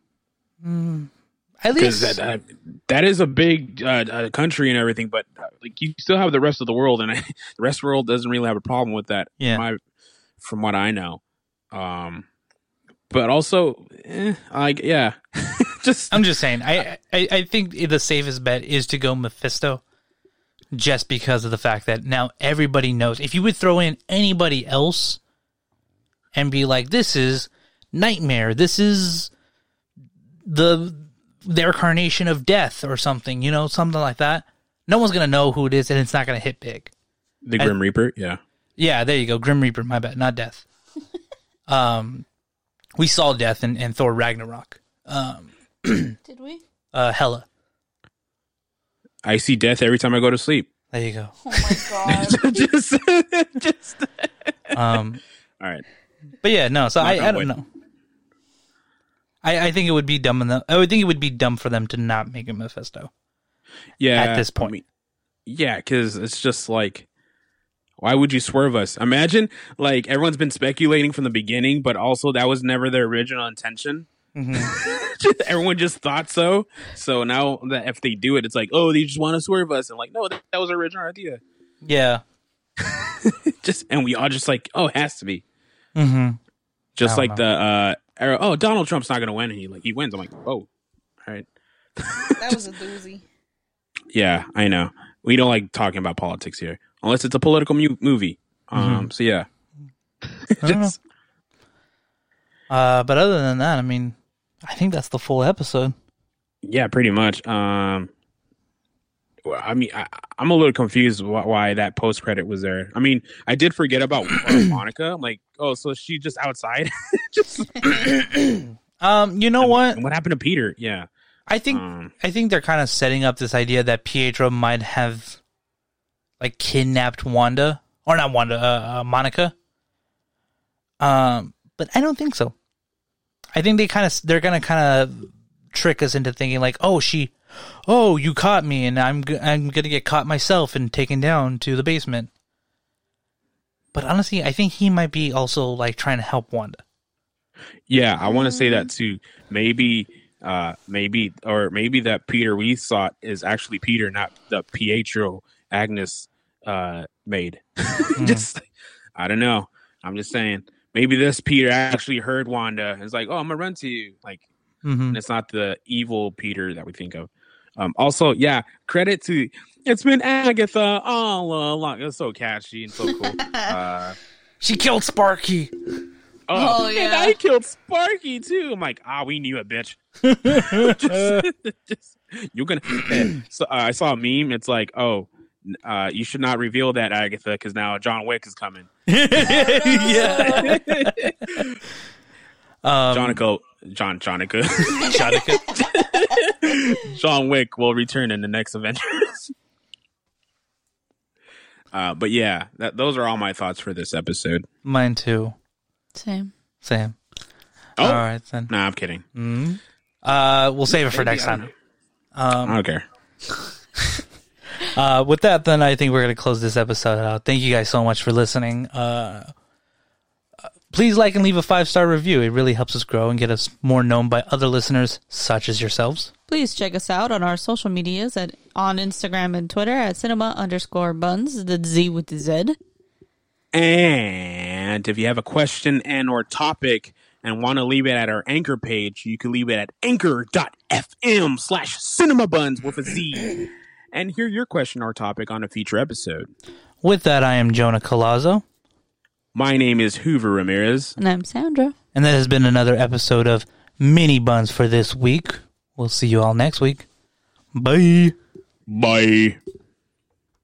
Speaker 1: at
Speaker 2: because
Speaker 1: least
Speaker 2: that, that that is a big uh, uh, country and everything, but uh, like you still have the rest of the world, and I, the rest of the world doesn't really have a problem with that.
Speaker 1: Yeah.
Speaker 2: from, my, from what I know, um, but also, eh, like yeah, just
Speaker 1: I'm just saying. I, I I think the safest bet is to go Mephisto, just because of the fact that now everybody knows. If you would throw in anybody else, and be like, "This is Nightmare. This is the their carnation of death or something," you know, something like that. No one's gonna know who it is, and it's not gonna hit big.
Speaker 2: the Grim Reaper. Yeah,
Speaker 1: Yeah, there you go. Grim Reaper. My bad, not Death. um, we saw Death in, in Thor Ragnarok. Um,
Speaker 3: Did we?
Speaker 1: uh, Hella.
Speaker 2: I see death every time I go to sleep.
Speaker 1: There you go.
Speaker 3: Oh my god.
Speaker 2: just, just
Speaker 1: Um.
Speaker 2: all right.
Speaker 1: But yeah, no. So
Speaker 2: Knock
Speaker 1: I,
Speaker 2: on
Speaker 1: I
Speaker 2: wood.
Speaker 1: don't know. I, I think it would be dumb. Enough, I would think it would be dumb for them to not make a Mephisto.
Speaker 2: Yeah,
Speaker 1: At this
Speaker 2: I
Speaker 1: point.
Speaker 2: mean, yeah, because it's just like, why would you swerve us? Imagine like everyone's been speculating from the beginning, but also that was never their original intention.
Speaker 1: Mm-hmm.
Speaker 2: Just- Everyone just thought so. So now that if they do it, it's like, oh, they just want to swerve us, and like, no, that, that was our original idea.
Speaker 1: Yeah.
Speaker 2: Just and we all just like, oh, it has to be.
Speaker 1: Mm-hmm. I
Speaker 2: Just
Speaker 1: don't
Speaker 2: like the uh, arrow, oh, Donald Trump's not gonna win, and he like he wins. I'm like, oh, all right,
Speaker 3: That was a doozy.
Speaker 2: yeah, I know. We don't like talking about politics here unless it's a political mu- movie.
Speaker 1: Mm-hmm.
Speaker 2: Um, so yeah.
Speaker 1: I don't know. Uh, but other than that, I mean, I think that's the full episode.
Speaker 2: Yeah, pretty much. Um, well, I mean, I, I'm a little confused why, why that post credit was there. I mean, I did forget about Monica. I'm like, oh, so she just outside.
Speaker 1: Um, you know what?
Speaker 2: And what happened to Peter? Yeah.
Speaker 1: I think
Speaker 2: Um,
Speaker 1: I think they're kind of setting up this idea that Pietro might have like kidnapped Wanda or not Wanda, uh, uh, Monica. Um, but I don't think so. I think they kind of they're gonna kind of trick us into thinking like, oh, she, oh, you caught me, and I'm g- I'm gonna get caught myself and taken down to the basement. But honestly, I think he might be also like trying to help Wanda.
Speaker 2: yeah, I want to say
Speaker 1: Mm.
Speaker 2: that too. Maybe, uh, maybe, or maybe that Peter we thought is actually Peter, not the Pietro Agnes uh, made.
Speaker 1: Mm.
Speaker 2: just, I don't know. I'm just saying. Maybe this Peter actually heard Wanda and is like, oh, I'm gonna run to you. Like,
Speaker 1: hmm
Speaker 2: and it's not the evil Peter that we think of. Um, also, yeah, credit to it's been Agatha all along. It's so catchy and so cool. uh,
Speaker 1: She killed Sparky.
Speaker 3: Oh,
Speaker 2: and
Speaker 3: yeah.
Speaker 2: I killed Sparky too. I'm like, ah, we knew it, bitch. Just- just- you're gonna. so uh, I saw a meme. It's like, oh, n- uh, you should not reveal that Agatha because now John Wick is coming.
Speaker 1: yeah. Um,
Speaker 2: Jonica, John Jonica,
Speaker 1: Jonica.
Speaker 2: John Wick will return in the next Avengers. Uh, but yeah, that, those are all my thoughts for this episode.
Speaker 1: Mine too.
Speaker 3: Same.
Speaker 1: Same.
Speaker 2: Oh,
Speaker 1: All right then.
Speaker 2: nah, I'm kidding.
Speaker 1: Mm. Uh, we'll save it for
Speaker 2: Maybe,
Speaker 1: next
Speaker 2: I don't
Speaker 1: time. Um,
Speaker 2: know. I don't care.
Speaker 1: Uh, with that, then I think we're going to close this episode out. Thank you guys so much for listening. Uh, please like and leave a five star review. It really helps us grow and get us more known by other listeners such as yourselves.
Speaker 3: Please check us out on our social medias at on Instagram and Twitter at cinema underscore buns, the Z with the Z.
Speaker 2: And if you have a question and or topic and want to leave it at our anchor page, you can leave it at anchor.fm slash cinemabuns with a Z. and hear your question or topic on a future episode.
Speaker 1: With that, I am Jonah Colazzo,
Speaker 2: My name is Hoover Ramirez.
Speaker 3: And I'm Sandra.
Speaker 1: and that has been another episode of Mini Buns for this week. We'll see you all next week. Bye.
Speaker 2: Bye.